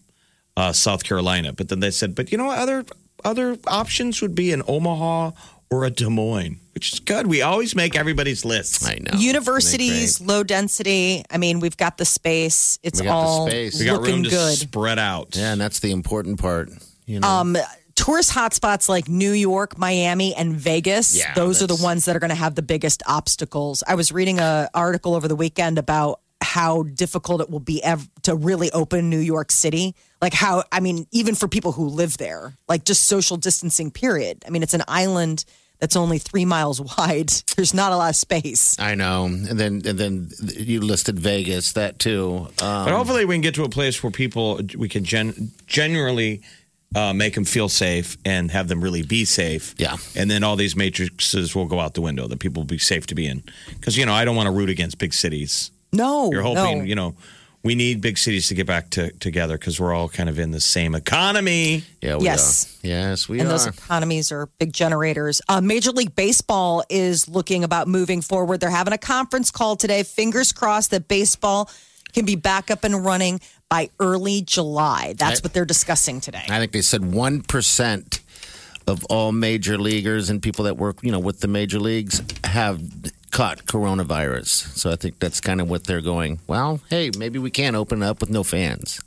uh, South Carolina. But then they said, but you know, what? other other options would be an Omaha or a Des Moines, which is good. We always make everybody's list. I know.
universities, low density. I mean, we've got the space. It's
we got
all
the space.
looking good.
spread out.
Yeah, and that's the important part. You know,
Um, tourist hotspots like New York, Miami, and Vegas.
Yeah,
those are the ones that are going to have the biggest obstacles. I was reading a article over the weekend about how difficult it will be ev- to really open New York City. Like how I mean, even for people who live there, like just social distancing. Period. I mean, it's an island that's only three miles wide. There's not a lot of space.
I know. And then and then you listed Vegas, that too. Um,
But hopefully, we can get to a place where people we can gen- generally uh, make them feel safe and have them really be safe. Yeah, and then all these matrices will go out the window that people will be safe to be in. Because you know, I don't want to root against big cities.
No,
you're hoping
no.
you know we need big cities to get back to, together because we're all kind of in the same economy.
Yeah,
we Yes.
Yes, we
and
are.
those economies are big generators. Uh, Major League Baseball is looking about moving forward. They're having a conference call today. Fingers crossed that baseball can be back up and running by early July. That's
I-
what they're discussing today.
I think they said 1% of all major leaguers and people that work, you know, with the major leagues have caught coronavirus. So I think that's kind of what they're going. Well, hey, maybe we can open up with no fans.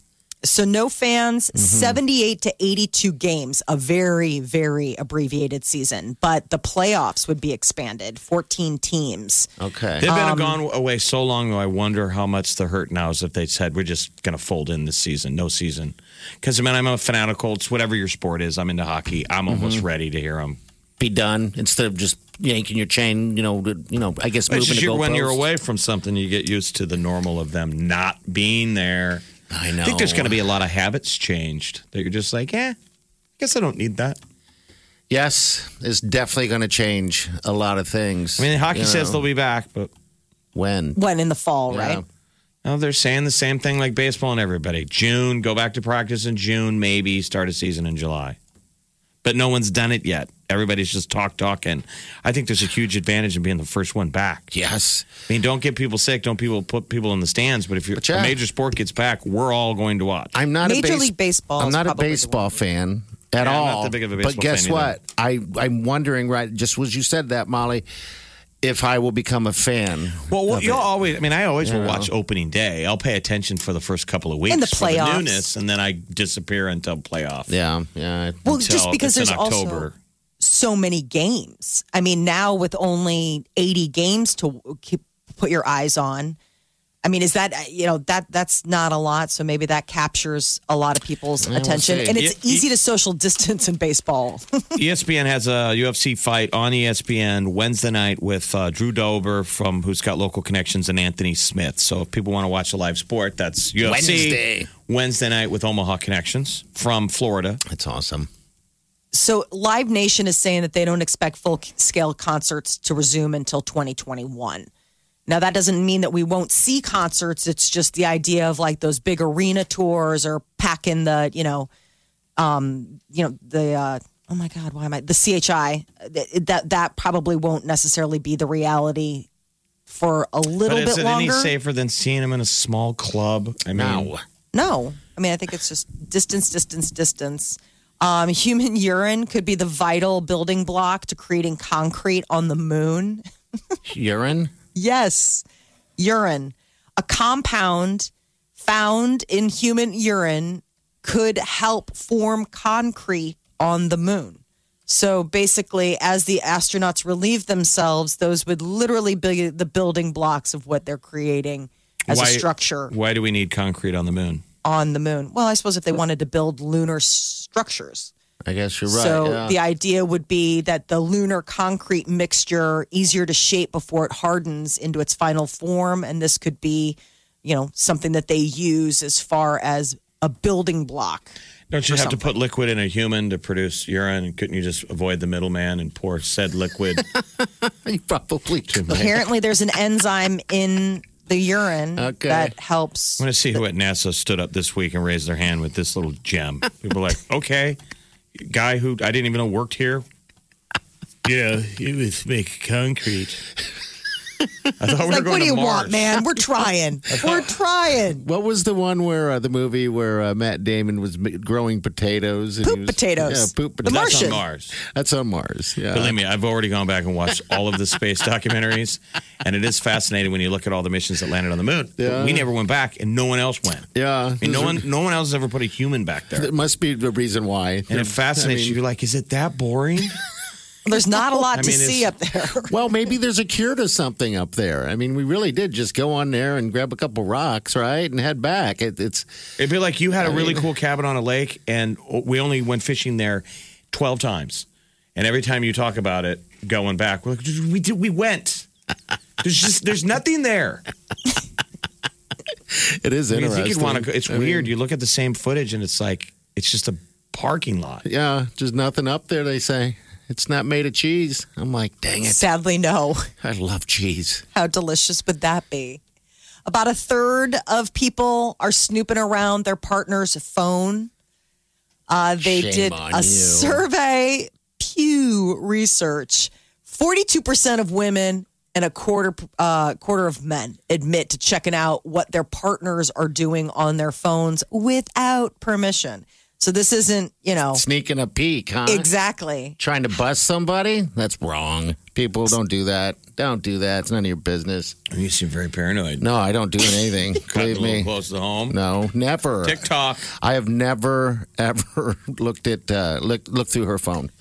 So no fans,
Mm-hmm.
78 to 82 games, a very, very abbreviated season. But the playoffs would be expanded, 14 teams.
Okay.
They've been
Um,
gone away so long, though. I wonder how much the hurt now is if they said we're just going to fold in this season, no season. Because I mean, I'm a fanatical. It's whatever your sport is. I'm into hockey. I'm almost
Mhm.
ready to hear them.
Be done instead of just yanking your chain, you know, to- you know, I guess
It's
moving
just
to
you're, when you're
goalposts.
away from something, you get used to the normal of them not being there.
I
I think there's
know.
going to be a lot of habits changed that you're just like, eh, I guess I don't need that.
Yes, it's definitely going to change a lot of things.
I mean, hockey says they'll
be
back, but
when?
When in the fall, right?
Oh, they're saying the same thing like baseball and everybody. June, go back to practice in June, maybe start a season in July. But no one's done it yet. Everybody's just talk talking. I think there's a huge advantage in being the first one back.
Yes.
I mean, don't get people sick, don't people put people in the stands, but if you're, a major sport gets back, we're all going to watch.
I'm not
Major
a base-
League Baseball
I'm
is
not a
probably the
baseball fan at
Yeah, I'm
all.
not that big of a
but
baseball
guess
fan either.
what? I I'm wondering right just as you said that, Molly, if I will become a fan.
Well, well
of
you'll
it.
always. I mean, I always
You
will
know.
watch opening day. I'll pay attention for the first couple of weeks
And the
for the
playoffs.
newness, and then I disappear until playoff.
Yeah, yeah.
Well, just because
it's
there's
in October.
also so many games. I mean, now with only 80 games to keep, put your eyes on, I mean, is that uh, you know that that's not a lot? So maybe that captures a lot of people's
Yeah, we'll
attention,
see.
and it's
Yeah,
easy to social distance in baseball.
ESPN has a UFC fight on E ESPN Wednesday night with uh, Drew Dober from who's got local connections and Anthony Smith. So if people want to watch a live sport, that's UFC
Wednesday.
Wednesday night with Omaha connections from Florida.
That's awesome.
so Live Nation is saying that they don't expect full scale concerts to resume until 2021. Now that doesn't mean that we won't see concerts. It's just the idea of like those big arena tours or packing the you know, um, you know the uh, oh my god, why am I the CHI that that, that probably won't necessarily be the reality for a little
but is
bit
it
longer.
any safer than seeing him in a small club? I mean,
No, I mean I think it's just distance, distance, distance. Um, human urine could be the vital building block to creating concrete on the moon.
Urine?
Yes, urine. A compound found in human urine could help form concrete on the moon. So basically, as the astronauts relieve themselves, those would literally be the building blocks of what they're creating as a structure
Why do we need concrete on the moon?
on the moon. Well, I suppose if they wanted to build lunar s- structures.
I guess you're right.
So
yeah.
the idea would be that the lunar concrete mixture easier to shape before it hardens into its final form, and this could be, you know, something that they use as far as a building block.
Don't you
or
have
something.
to put liquid in a human to produce urine? Couldn't you just avoid the middleman and pour said liquid?
you probably could.
Apparently, there's an enzyme in the urine
Okay.
that helps.
I want to see who at NASA stood up this week and raised their hand with this little gem. People are like, okay, guy who I didn't even know worked here. Yeah, it was make concrete. I thought we Oh, were
like,
going to
what do you
Mars.
want, man? We're trying. We're trying.
What was the one where uh, the movie where uh, Matt Damon was m- growing potatoes? And
Poop
he was-
potatoes.
Yeah, poop
The
potatoes.
That's on Martian.
Mars.
That's on Mars. Yeah.
Believe me, I've already gone back and watched all of the space documentaries, and it is fascinating when you look at all the missions that landed on the moon.
Yeah.
We never went back, and no one else went.
Yeah.
I mean, no one, no one else has ever put a human back there.
It must be the reason why.
And it fascinates you. You're like, is it that boring?
There's not a lot
I
to
mean,
see
it's-
up there.
Well, maybe there's a cure to something up there. I mean, we really did just go on there and grab a couple rocks, right, and head back. It, it's
It'd be like you had a really cool cabin on a lake, and we only went fishing there 12 times. And every time you talk about it, going back, we're like, we, did, we went. There's just, there's nothing there.
it is
I mean,
interesting.
if you could wanna go- it's
I
weird.
mean,
you look at the same footage, and it's like, it's just a parking lot.
yeah, just nothing up there. They say it's not made of cheese. I'm like, dang it.
Sadly, no.
I love cheese.
How delicious would that be? About a third of people are snooping around their partner's phone. Uh, they
Shame
did
on
a
you.
survey, Pew Research. Forty-two percent of women and a quarter uh, quarter of men admit to checking out what their partners are doing on their phones without permission. So this isn't, you know,
Sneaking a peek, huh?
exactly.
Trying to bust somebody? That's wrong. People don't do that. Don't do that. It's none of your business.
You seem very paranoid.
No, I don't do anything.
Cutting
Believe
a little
me.
close to home.
No, never.
TikTok.
I have never ever looked at uh, looked looked through her phone.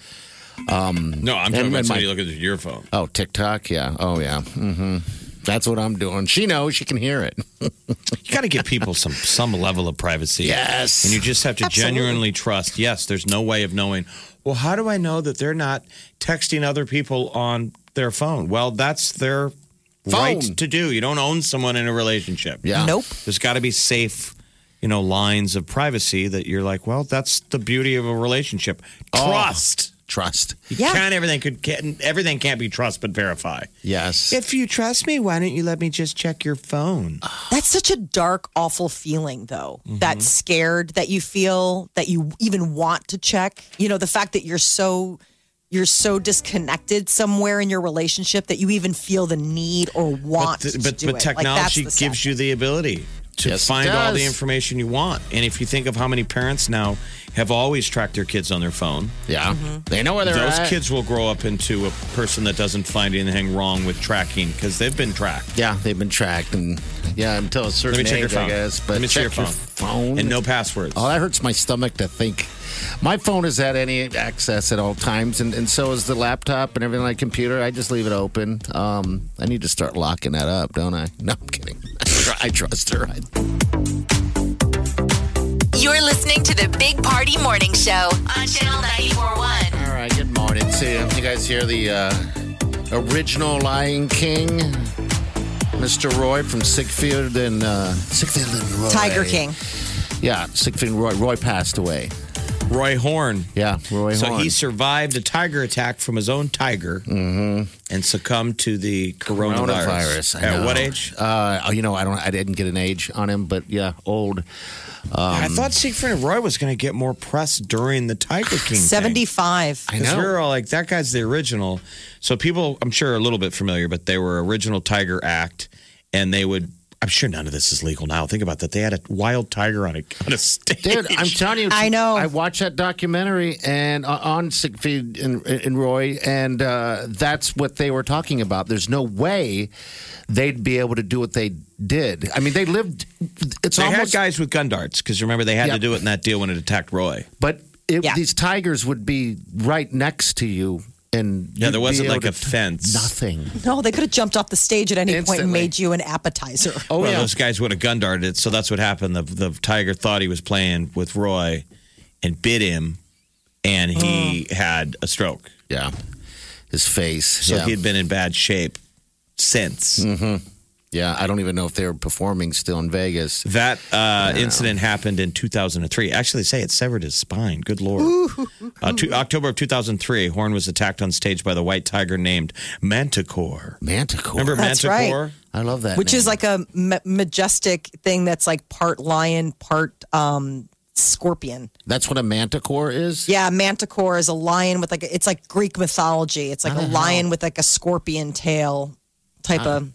Um,
No, I'm talking about
and- and my-
somebody looking at your phone.
Oh, TikTok, yeah. Oh, yeah. hmm That's what I'm doing. She knows. She can hear it.
You got to give people some some level of privacy.
Yes.
and you just have to
Absolutely.
genuinely trust. Yes, there's no way of knowing. Well, how do I know that they're not texting other people on their phone? Well, that's their right
Phone.
to do. You don't own someone in a relationship.
Yeah. Nope.
There's got to be safe, you know, lines of privacy that you're like, well, that's the beauty of a relationship.
Oh,
Trust.
trust.
You can't everything could can everything can't be trust but verify.
Yes.
If you trust me, why don't you let me just check your phone? Mm-hmm.
That's such a dark, awful feeling, though. That scared that you feel that you even want to check. You know, the fact that you're so you're so disconnected somewhere in your relationship that you even feel the need or
But,
want
th-
to
but,
do
but
it. Like, that's
technology
the sad
gives you the ability to
Yes, it
find all the
does.
information you want. And if you think of how many parents now have always tracked their kids on their phone,
Yeah.
Mm-hmm.
They know where they're
those
at.
kids will grow up into a person that doesn't find anything wrong with tracking because they've been tracked.
Yeah, they've been tracked. and Yeah, until a certain
Let me check your
age,
phone.
I guess. But
Let me check your phone.
phone.
And no passwords.
Oh, that hurts my stomach to think. My phone has had any access at all times, and, and so is the laptop and everything like computer. I just leave it open. Um, I need to start locking that up, don't I? No, I'm kidding. I trust her. I
You're listening to the Big Party Morning Show on Channel 941.
All right, good morning. See, you You guys hear the uh, original Lion King, Mr. Roy from Siegfried and uh, Siegfried and Roy.
Tiger King.
Yeah, Siegfried and Roy. Roy passed away.
Roy Horn.
Yeah, Roy
so
Horn.
he survived a tiger attack from his own tiger and succumbed to the coronavirus.
Mm-hmm. Coronavirus, I
At
know.
what age?
Uh, oh, you know, I don't. I didn't get an age on him, but yeah, old. Um,
I thought Siegfried and Roy was going to get more press during the Tiger King. thing.
Seventy-five.
I know. We're all like, that guy's the original. So people, I'm sure, are a little bit familiar, but they were original Tiger Act, and they would I'm sure none of this is legal now. Think about that. They had a wild tiger on a, on a stage.
Dude, I'm telling you, I know. I watched that documentary and uh, on Siegfried and, and Roy, and uh, that's what they were talking about. There's no way they'd be able to do what they did. I mean, they lived. It's
they had
almost
guys with gun darts because remember they had
Yeah.
to do it in that deal when it attacked Roy.
But it, these tigers would be right next to you, and
Yeah, there
you'd be
wasn't
able
like a
to-
fence.
Nothing.
No, they could have jumped off the stage at any point and
Instantly.
made you an appetizer.
Oh
well, those guys would have gun darted it. So that's what happened. The, the tiger thought he was playing with Roy and bit him, and he had a stroke.
Oh. Yeah. His face.
So
yeah.
he had been in bad shape since.
hmm Yeah, I don't even know if they were performing still in Vegas.
That uh, incident happened in 2003. Actually, they say it severed his spine. Good lord. Uh, two, October of 2003, Horn was attacked on stage by the white tiger named Manticore.
Manticore.
Remember
That's
Manticore?
right.
I love that.
Which is like a ma- majestic thing that's like part lion, part um, scorpion.
That's what a manticore is.
Yeah, manticore is a lion with like a, it's like Greek mythology. It's like a
Uh-huh.
lion with like a scorpion tail type of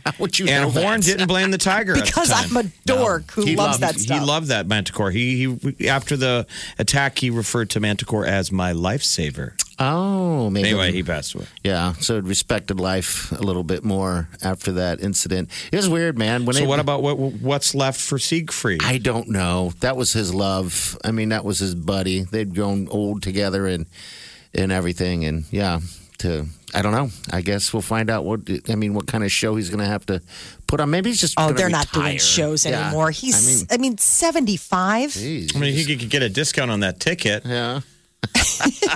Uh-huh. How would you
and Horn didn't blame the tiger at the
because
time.
I'm a dork who
He
loves
loved-
that stuff.
He loved that Manticore. He, he after the attack, he referred to Manticore as my lifesaver.
Oh, maybe.
Anyway, he passed away.
Yeah, so it respected life a little bit more after that incident. It was weird, man. When
so
it-
what about what what's left for Siegfried?
I don't know. That was his love. I mean, that was his buddy. They'd grown old together and and everything. And yeah, to I don't know. I guess we'll find out what I mean. What kind of show he's going to have to put on? Maybe he's just.
Oh,
gonna
they're not doing
retire.
shows
Yeah.
anymore. He's, I mean, 75.
I mean, he could get a discount on that ticket.
Yeah.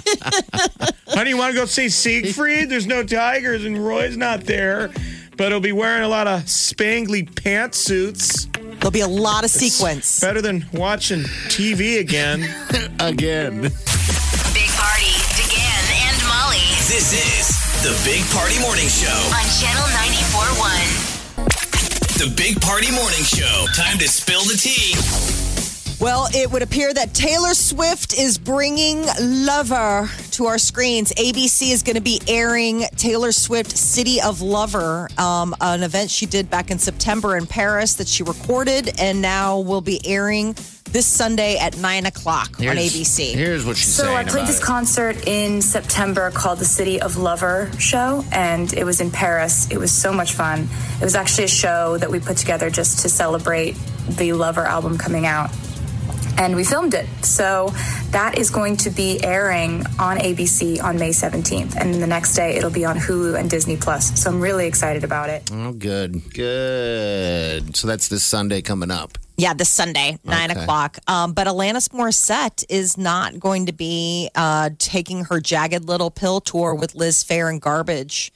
Honey, you want to go see Siegfried? There's no tigers and Roy's not there, but he'll be wearing a lot of spangly pantsuits.
There'll be a lot of
It's
sequence.
Better than watching TV again.
again.
Big Party, DeGan and Molly
This is the Big Party Morning Show.
on Channel 94.1.
The Big Party Morning Show. Time to spill the tea.
Well, it would appear that Taylor Swift is bringing Lover to our screens. ABC is going to be airing Taylor Swift City of Lover, um, an event she did back in September in Paris that she recorded, and now will be airing this Sunday at 9 o'clock on ABC.
Here's what she's
So I
saying
played
about
this
it.
concert in September called the City of Lover show, and it was in Paris. It was so much fun. It was actually a show that we put together just to celebrate the Lover album coming out, and we filmed it. So that is going to be airing on ABC on May 17th, and the next day it'll be on Hulu and Disney Plus. So I'm really excited about it.
Oh, good, good. So that's this Sunday coming up.
Yeah, this Sunday, nine
Okay.
o'clock. Um, but Alanis Morissette is not going to be uh, taking her Jagged Little Pill tour with Liz Fair and Garbage.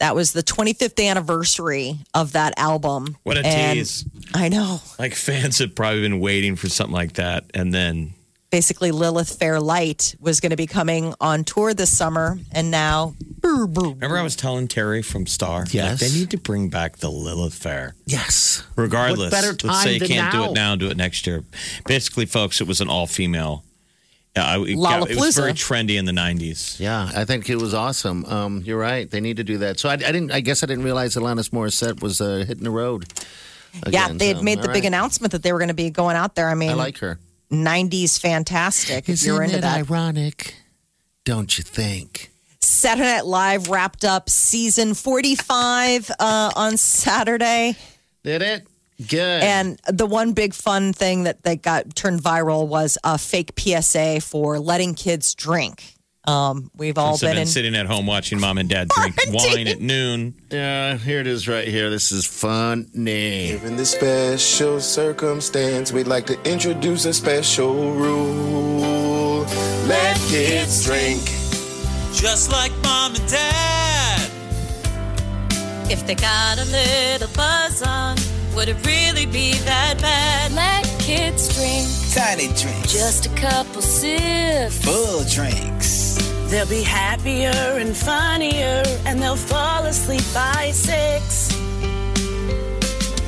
That was the 25th anniversary of that album.
What a
And
tease.
I know.
Like fans have probably been waiting for something like that, and then
Basically, Lilith Fairlight was going to be coming on tour this summer, and now.
remember I was telling Terry from Star,
Yes.
like, they need to bring back the Lilith Fair.
Yes.
Regardless,
What better
let's
time
say you
than
can't do
now?
it now, do it next year. Basically, folks, it was an all female. Uh, it, got- it
Lollapalooza.
was very trendy in the '90s.
Yeah, I think it was awesome. Um, you're right; they need to do that. So I, I didn't. I guess I didn't realize Alanis Morissette was uh, hitting the road.
yeah,
again,
they had
so,
made the
all
big
right.
announcement that they were going to be going out there. I mean,
I like her.
90s fantastic. if you're into
it
that.
ironic? Don't you think?
Saturday Night Live wrapped up season 45 uh, on Saturday.
Did it? Good.
And the one big fun thing that, that got turned viral was a fake PSA for letting kids drink. Um, we've all
Must have
been,
been
in.
sitting at home watching mom and dad drink wine at noon.
Yeah, here it is right here. This is funny.
In this special circumstance, we'd like to introduce a special rule. Let kids drink.
Just like mom and dad.
If they got a little buzz on, would it really be that bad? Let kids drink.
Tiny drinks.
Just a couple sips.
Full drinks.
They'll be happier and funnier, and they'll fall asleep by six.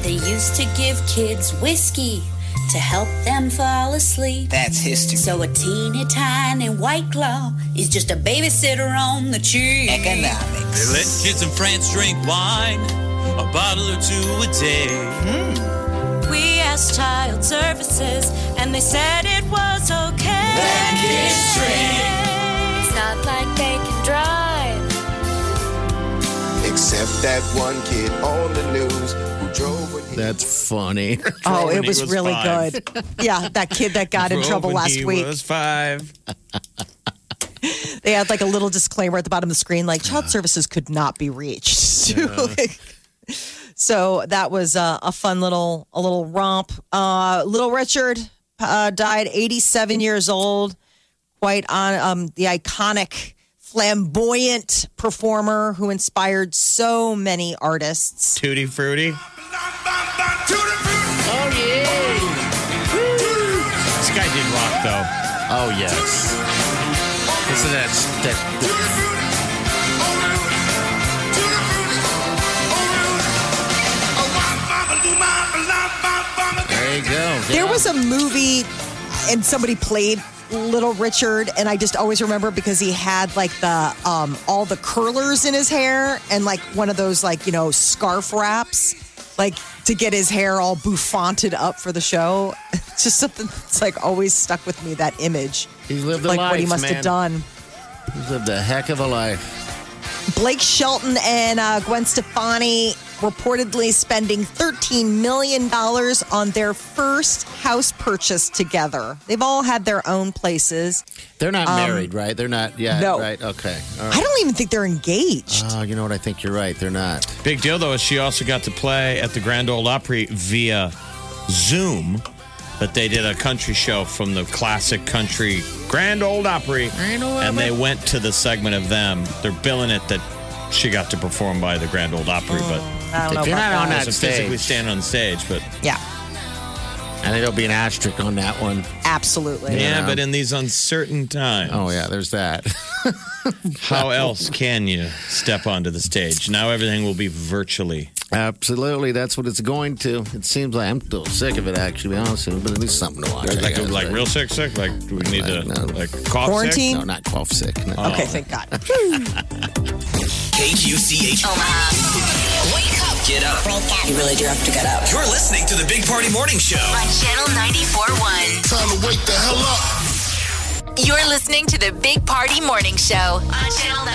They used to give kids whiskey to help them fall asleep.
That's history.
So a teeny tiny white claw is just a babysitter on the cheap.
They
Economics.
let kids in France drink wine.
a bottle or two a day.
Mm. We asked child services and they said it was okay. Let kids drink.
It's not like they can drive.
Except that one kid on the news who drove when he
That's funny.
Oh, it was, really good. Yeah, that kid that got in trouble last week.
was five.
They had like a little disclaimer at the bottom of the screen, like child services could not be reached. So, like- so that was uh, a fun little a little romp. Uh, little Richard uh, died 87 years old. Quite on um, the iconic flamboyant performer who inspired so many artists.
Tutti Frutti.
Oh, yeah.
This guy did rock, though.
Oh, yes. Isn't that, that, that there you go.
There was a movie, and somebody played Little Richard, and I just always remember because he had like the um, all the curlers in his hair and like one of those like you know scarf wraps, like to get his hair all bouffanted up for the show. It's just something that's like always stuck with me. That image,
He lived a
like what he
life,
must
man.
have done.
He's lived a heck of a life.
Blake Shelton and uh, Gwen Stefani reportedly spending $13 million on their first house purchase together. They've all had their own places.
They're not
Um,
married, right? They're not. Yeah.
no.
Right. Okay. All
I
right.
don't even think they're engaged.
Oh, you know what? I think you're right. They're not.
Big deal, though, is she also got to play at the Grand Ole Opry via Zoom, but they did a country show from the classic country Grand Ole Opry, and they went to the segment of them. They're billing it that she got to perform by the Grand Ole Opry, but
Oh, I don't know If you're about not on that. that
Doesn't physically
stage.
stand on stage, but
Yeah,
And it'll be an asterisk on that one.
absolutely.
yeah, but in these uncertain times.
Oh yeah, there's that.
How else can you step onto the stage? Now everything will be virtually.
Absolutely, that's what it's going to. It seems like I'm still sick of it, actually, to be honest with you, but at least something to watch. I
Like,
guess,
like
right?
real sick, sick. Like do we need to like cough
Quarantine?
No,
sick.
not cough sick. No.
Okay, thank God.
KQCH.
Oh,
Omaha. Wake up.
Get up.
You really do have to get up.
You're listening to the Big Party Morning Show.
On Channel 94.1.
Time to wake the hell up.
You're listening to the Big Party Morning Show on Channel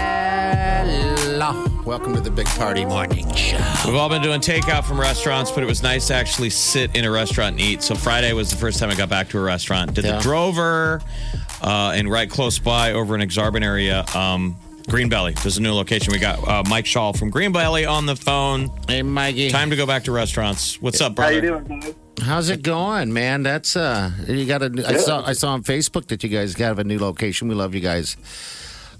94.1.
Hello. Welcome to the Big Party Morning Show.
We've all been doing takeout from restaurants, but it was nice to actually sit in a restaurant and eat. So Friday was the first time I got back to a restaurant. Did
Yeah.
the Drover, uh, and right close by over in Exarban area, um, Green Belly. There's a new location. We got uh, Mike Shaw from Green Belly on the phone.
Hey, Mikey.
Time to go back to restaurants. What's up, brother?
How you doing, guys?
How's it going, man? That's uh, you got a. I saw I saw on Facebook that you guys got a new location. We love you guys.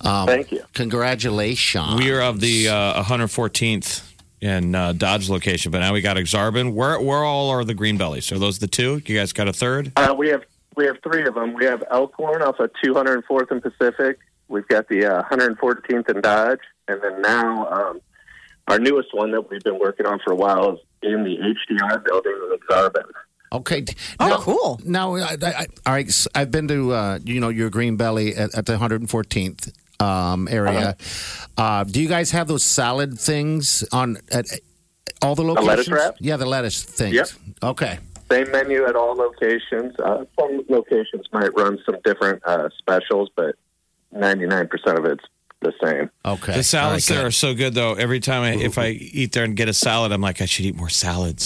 Um, Thank you. Congratulations.
We are of the uh, 114th in uh, Dodge location, but now we got Exarban. Where where all are the green bellies? Are those the two? You guys got a third?
Uh, we have we have three of them. We have Elkhorn off of 204th and Pacific. We've got the uh, 114th and Dodge, and then now um, our newest one that we've been working on for a while is in the HDR building in Exarban.
Okay. d-
Oh,
now-
cool.
Now, I, I, I, all right. s I've been to uh, you know your Green Belly at, at the 114th um, area. uh do you guys have those salad things on at all the
lettuce
locations?
wraps?
Yeah, the lettuce things.
Yep.
Okay.
Same menu at all locations. Uh, some locations might run some different uh, specials, but 99% of it's the same.
Okay.
The salads
All
there
right,
are so good, though. Every time I, if I eat there and get a salad, I'm like, I should eat more salads.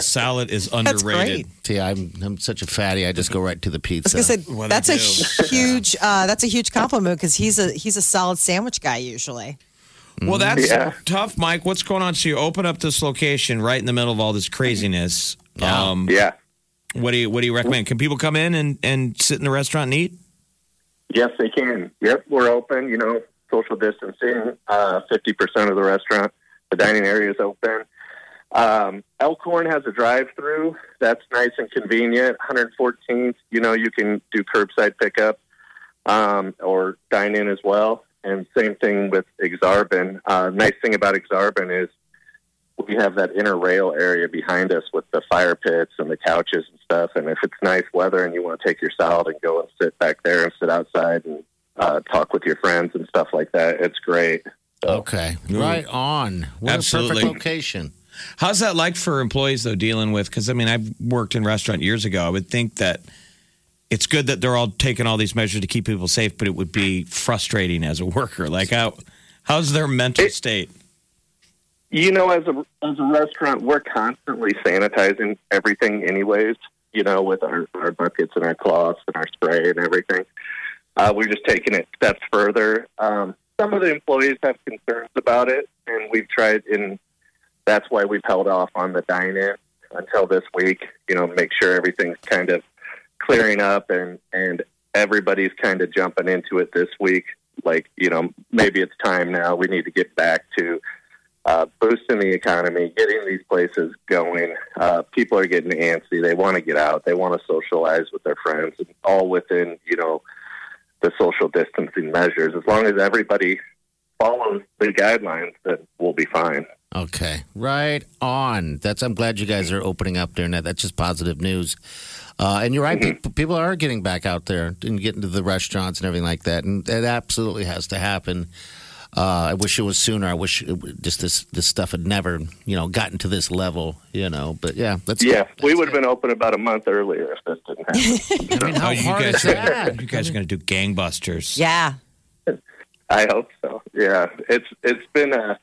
Salad is underrated.
good. See, I'm I'm such a fatty. I just go right to the pizza.
I said, that's a huge uh, that's a huge compliment because he's a he's a solid sandwich guy usually.
Mm-hmm.
Well, that's
Yeah.
tough, Mike. What's going on? So you open up this location right in the middle of all this craziness. Um,
Yeah.
What do you What do you recommend? Can people come in and, and sit in the restaurant and eat?
Yes, they can. Yep, we're open. You know, social distancing. uh, Fifty percent of the restaurant, the dining area is open. Um, Elkhorn has a drive-through. That's nice and convenient. 114th. You know, you can do curbside pickup um, or dine in as well. And same thing with Exarban. Uh, nice thing about Exarban is we have that inner rail area behind us with the fire pits and the couches and stuff. And if it's nice weather and you want to take your salad and go and sit back there and sit outside and uh, talk with your friends and stuff like that, it's great.
Okay. Right on. What
Absolutely.
a perfect location.
How's that like for employees though dealing with? Because I mean, I've worked in restaurant years ago. I would think that it's good that they're all taking all these measures to keep people safe, but it would be frustrating as a worker. Like how how's their mental state?
You know, as a as a restaurant, we're constantly sanitizing everything, anyways. You know, with our our buckets and our cloths and our spray and everything. Uh, we're just taking it steps further. Um, some of the employees have concerns about it, and we've tried, and that's why we've held off on the dine-in until this week. You know, make sure everything's kind of clearing up, and and everybody's kind of jumping into it this week. Like, you know, maybe it's time now. We need to get back to uh, boosting the economy, getting these places going. Uh, people are getting antsy. They want to get out. They want to socialize with their friends, and all within you know the social distancing measures. As long as everybody follows the guidelines, then we'll be fine.
Okay. Right on. That's. I'm glad you guys are opening up there. Now that's just positive news. Uh, and you're right. People, people are getting back out there and getting to the restaurants and everything like that. And it absolutely has to happen. Uh, I wish it was sooner. I wish it, w- just this this stuff had never you know gotten to this level. You know. But yeah, that's
yeah, we would have been open about a month earlier if this didn't happen.
I mean, how
Oh, you
hard
guys
is
are,
that?
You guys are going to do gangbusters.
Yeah.
I hope so. Yeah, it's it's been a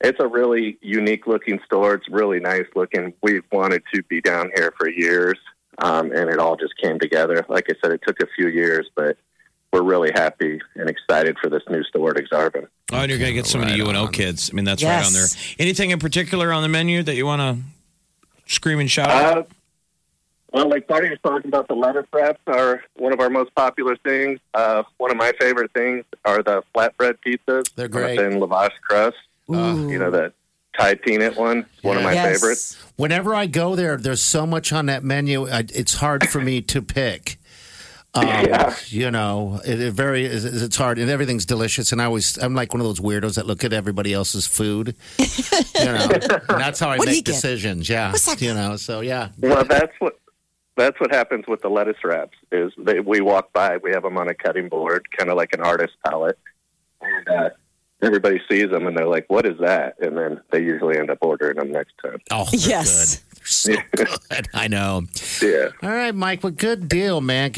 it's a really unique looking store. It's really nice looking. We've wanted to be down here for years, um, and it all just came together. Like I said, it took a few years, but we're really happy and excited for this new store at Exarban.
Oh, and you're going to get some of the UNO kids. I mean, that's right on there.
Yes.
Anything in particular on the menu that you want to scream and shout out?
Uh, well, like Barney was talking about, the lettuce wraps are one of our most popular things. Uh, one of my favorite things are the flatbread pizzas. They're
great.
Thin lavash crust.
uh,
You know, the Thai peanut one. It's One of my
Yes.
favorites.
Whenever I go there, there's so much on that menu. I, it's hard for me to pick. Um, You know, it, it very it's- it's hard, and everything's delicious. And I always I'm like one of those weirdos that look at everybody else's food. you know, and that's how I
What'd he
make
get?
decisions. Yeah, you know, so yeah.
Well, that's what that's what happens with the lettuce wraps. Is they, we walk by, we have them on a cutting board, kind of like an artist palette, and uh, everybody sees them and they're like, "What is that?" And then they usually end up ordering them next time.
Oh, yes. I know.
Yeah.
All right, Mike. Well, good deal, man.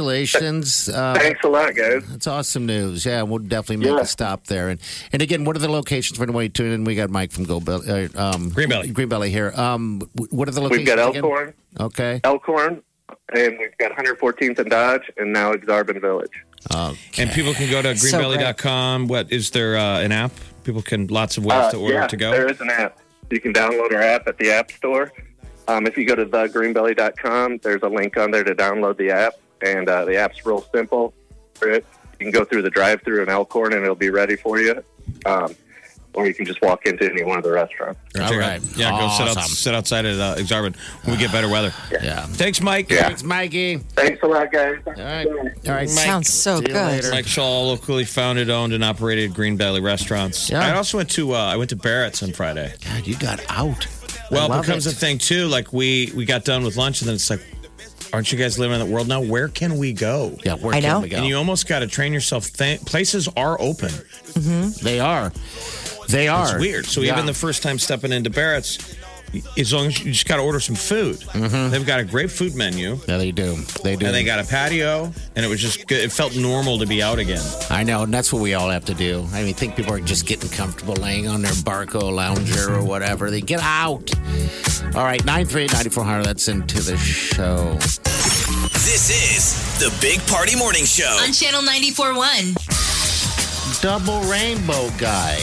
Congratulations. Uh,
Thanks a lot, guys.
That's awesome news. Yeah, we'll definitely make a stop there. And and again, what are the locations for anybody tuning in? We got Mike from Go Belly, uh, um, Green Belly, Green Belly here. Um, w- what are the
We've
locations?
got
again?
Elkhorn,
Okay.
Elkhorn, and we've got 114th and Dodge, and now Exarban Village. Uh,
And people can go to
So great.
greenbelly.com. what is there uh, an app? People can lots of ways
Uh,
to order
yeah,
to go.
There is an app. You can download our app at the App Store. Um, if you go to thegreenbelly.com, there's a link on there to download the app, and uh, the app's real simple. You can go through the drive-through in Elkhorn, and it'll be ready for you. Um, or you can just walk into any one of the restaurants.
All right. Yeah, go sit, out,
Awesome.
sit outside at uh, Exarban when we get better weather.
Yeah.
Thanks, Mike.
Thanks, Mikey.
Thanks a lot, guys. All
right. All right.
Mike,
so
Mike Shaw, locally founded, owned, and operated Green Valley Restaurants. I also went to uh, I went to Barrett's on Friday.
God, you got out.
Well,
I
it
love
becomes
it.
a thing too. Like we we got done with lunch, and then it's like, aren't you guys living in that world now? Where can we go?
Yeah, where I can know. we go?
And you almost got to train yourself. Th- places are open.
Mm-hmm.
They are. They are.
It's weird. So
Yeah.
even the first time stepping into Barrett's, y- as long as you just got to order some food. They've got a great food menu.
Mm-hmm. Yeah, they do. They do.
And they got a patio, and it was just good. It felt normal to be out again.
I know, and that's what we all have to do. I mean, think people are just getting comfortable laying on their Barco lounger or whatever. They get out. All right, 938-9400, that's into the show.
This is the Big Party Morning Show.
On Channel 94.1.
Double rainbow guy.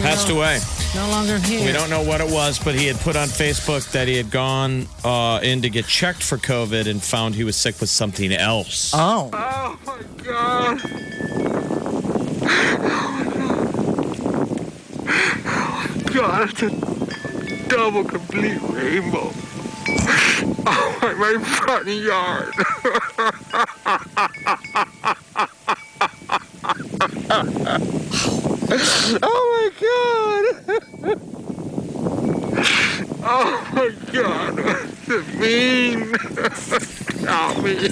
Passed away.
No longer here.
We don't know what it was, but he had put on Facebook that he had gone uh, in to get checked for COVID and found he was sick with something else.
Oh.
Oh my god. God, it's a double complete rainbow. Oh, my, my front yard. oh my god. Oh my god, what's it mean? Stop me.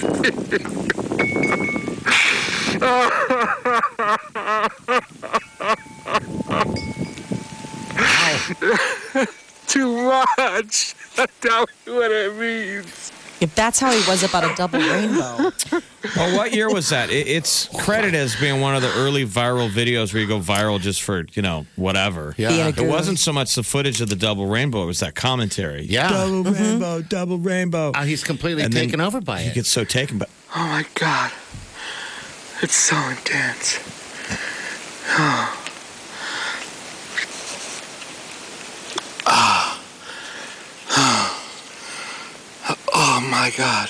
much. I tell you what it means.
If that's how he was about a double rainbow.
Well, what year was that? It, it's credited as being one of the early viral videos where you go viral just for you know whatever.
Yeah. Being a
it
guru.
wasn't so much the footage of the double rainbow; it was that commentary.
Yeah. Double
Mm-hmm.
rainbow, double rainbow.
he's completely
And then
taken over by
he
it.
gets so taken by.
Oh my god. It's so intense. Ah. Ah. Oh my god.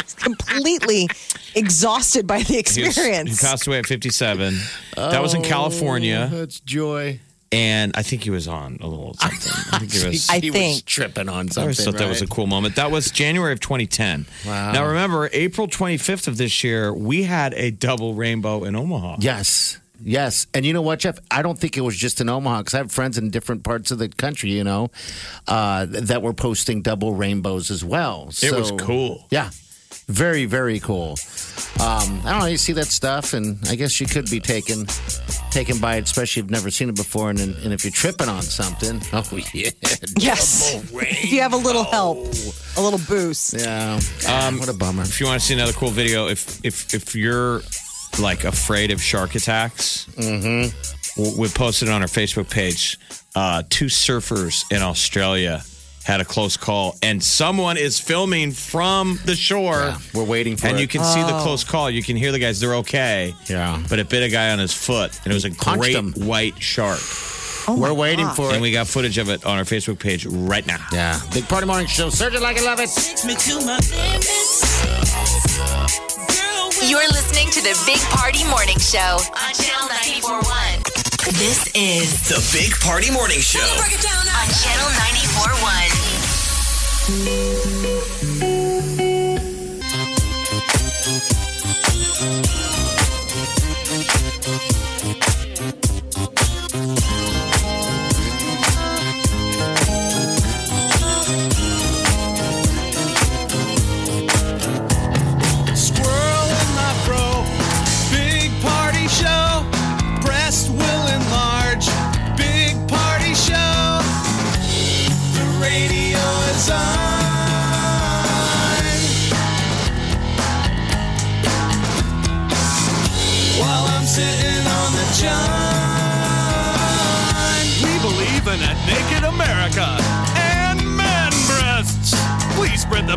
He's completely exhausted by the
He, was- he
experience.
passed away at 57. that was in California.
That's joy.
And I think he was on a little something. I think he was.
I he was tripping on
I
something.
always thought that was a
right?
cool moment. That was January of 2010.
Wow.
Now remember, April 25th of this year, we had a double rainbow in Omaha.
Yes. Yes. And you know what, Jeff? I don't think it was just in Omaha because I have friends in different parts of the country, you know, uh, that were posting double rainbows as well.
It was cool.
Yeah. Very, very cool. Um, I don't know. You see that stuff, and I guess you could be taken taken by it, especially if you've never seen it before. And, and if you're tripping on something, oh, yeah.
yes. If you have a little help, a little boost.
Yeah.
Um,
what a bummer.
If you want to see another cool video, if if if you're like afraid of shark attacks, mm-hmm. we posted it on our Facebook page. Uh, two surfers in Australia had a close call, and someone is filming from the shore.
We're waiting for
And
it.
you can see the
Oh.
close call. You can hear the guys; they're okay. Yeah, but it bit a guy on his foot, and it was a
Punched
great
him.
white shark.
We're waiting for
and
it.
we got footage of it on our Facebook page right now.
Yeah, Big Party Morning Show. Search it like I love it.
You're listening to the Big Party Morning Show on Channel 941.
This is the Big Party Morning Show.
On Channel 941.
Squirrel in my fro. Big party show. Breast will enlarge. Big party show. The radio is on. While I'm sitting on the john. We believe in a naked America and man breasts. Please spread the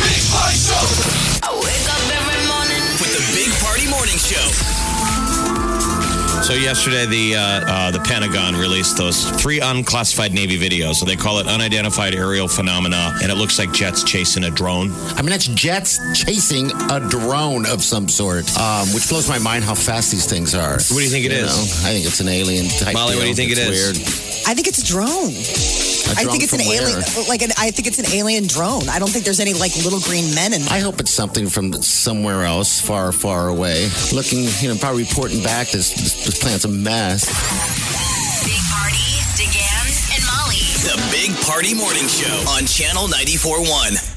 Big party show.
I wake up every morning.
With the Big Party Morning Show.
So yesterday, the uh, uh, the Pentagon released those three unclassified Navy videos. So they call it unidentified aerial phenomena, and it looks like jets chasing a drone.
I mean, that's jets chasing a drone of some sort, um, which blows my mind how fast these things are. What
do you think it
it is?
is?
I think it's an alien type.
Molly, what do you think
it
it
is?
is?
I think it's a drone.
A
I
drone
think it's an
from
alien.
where?
Like an, I think it's an alien drone. I don't think there's any like little green men in.
I hope it's something from somewhere else, far, far away. Looking, you know, probably reporting back. This this, this planet's a mess.
Big Party, DeGan, and Molly.
The Big Party Morning Show on Channel 941.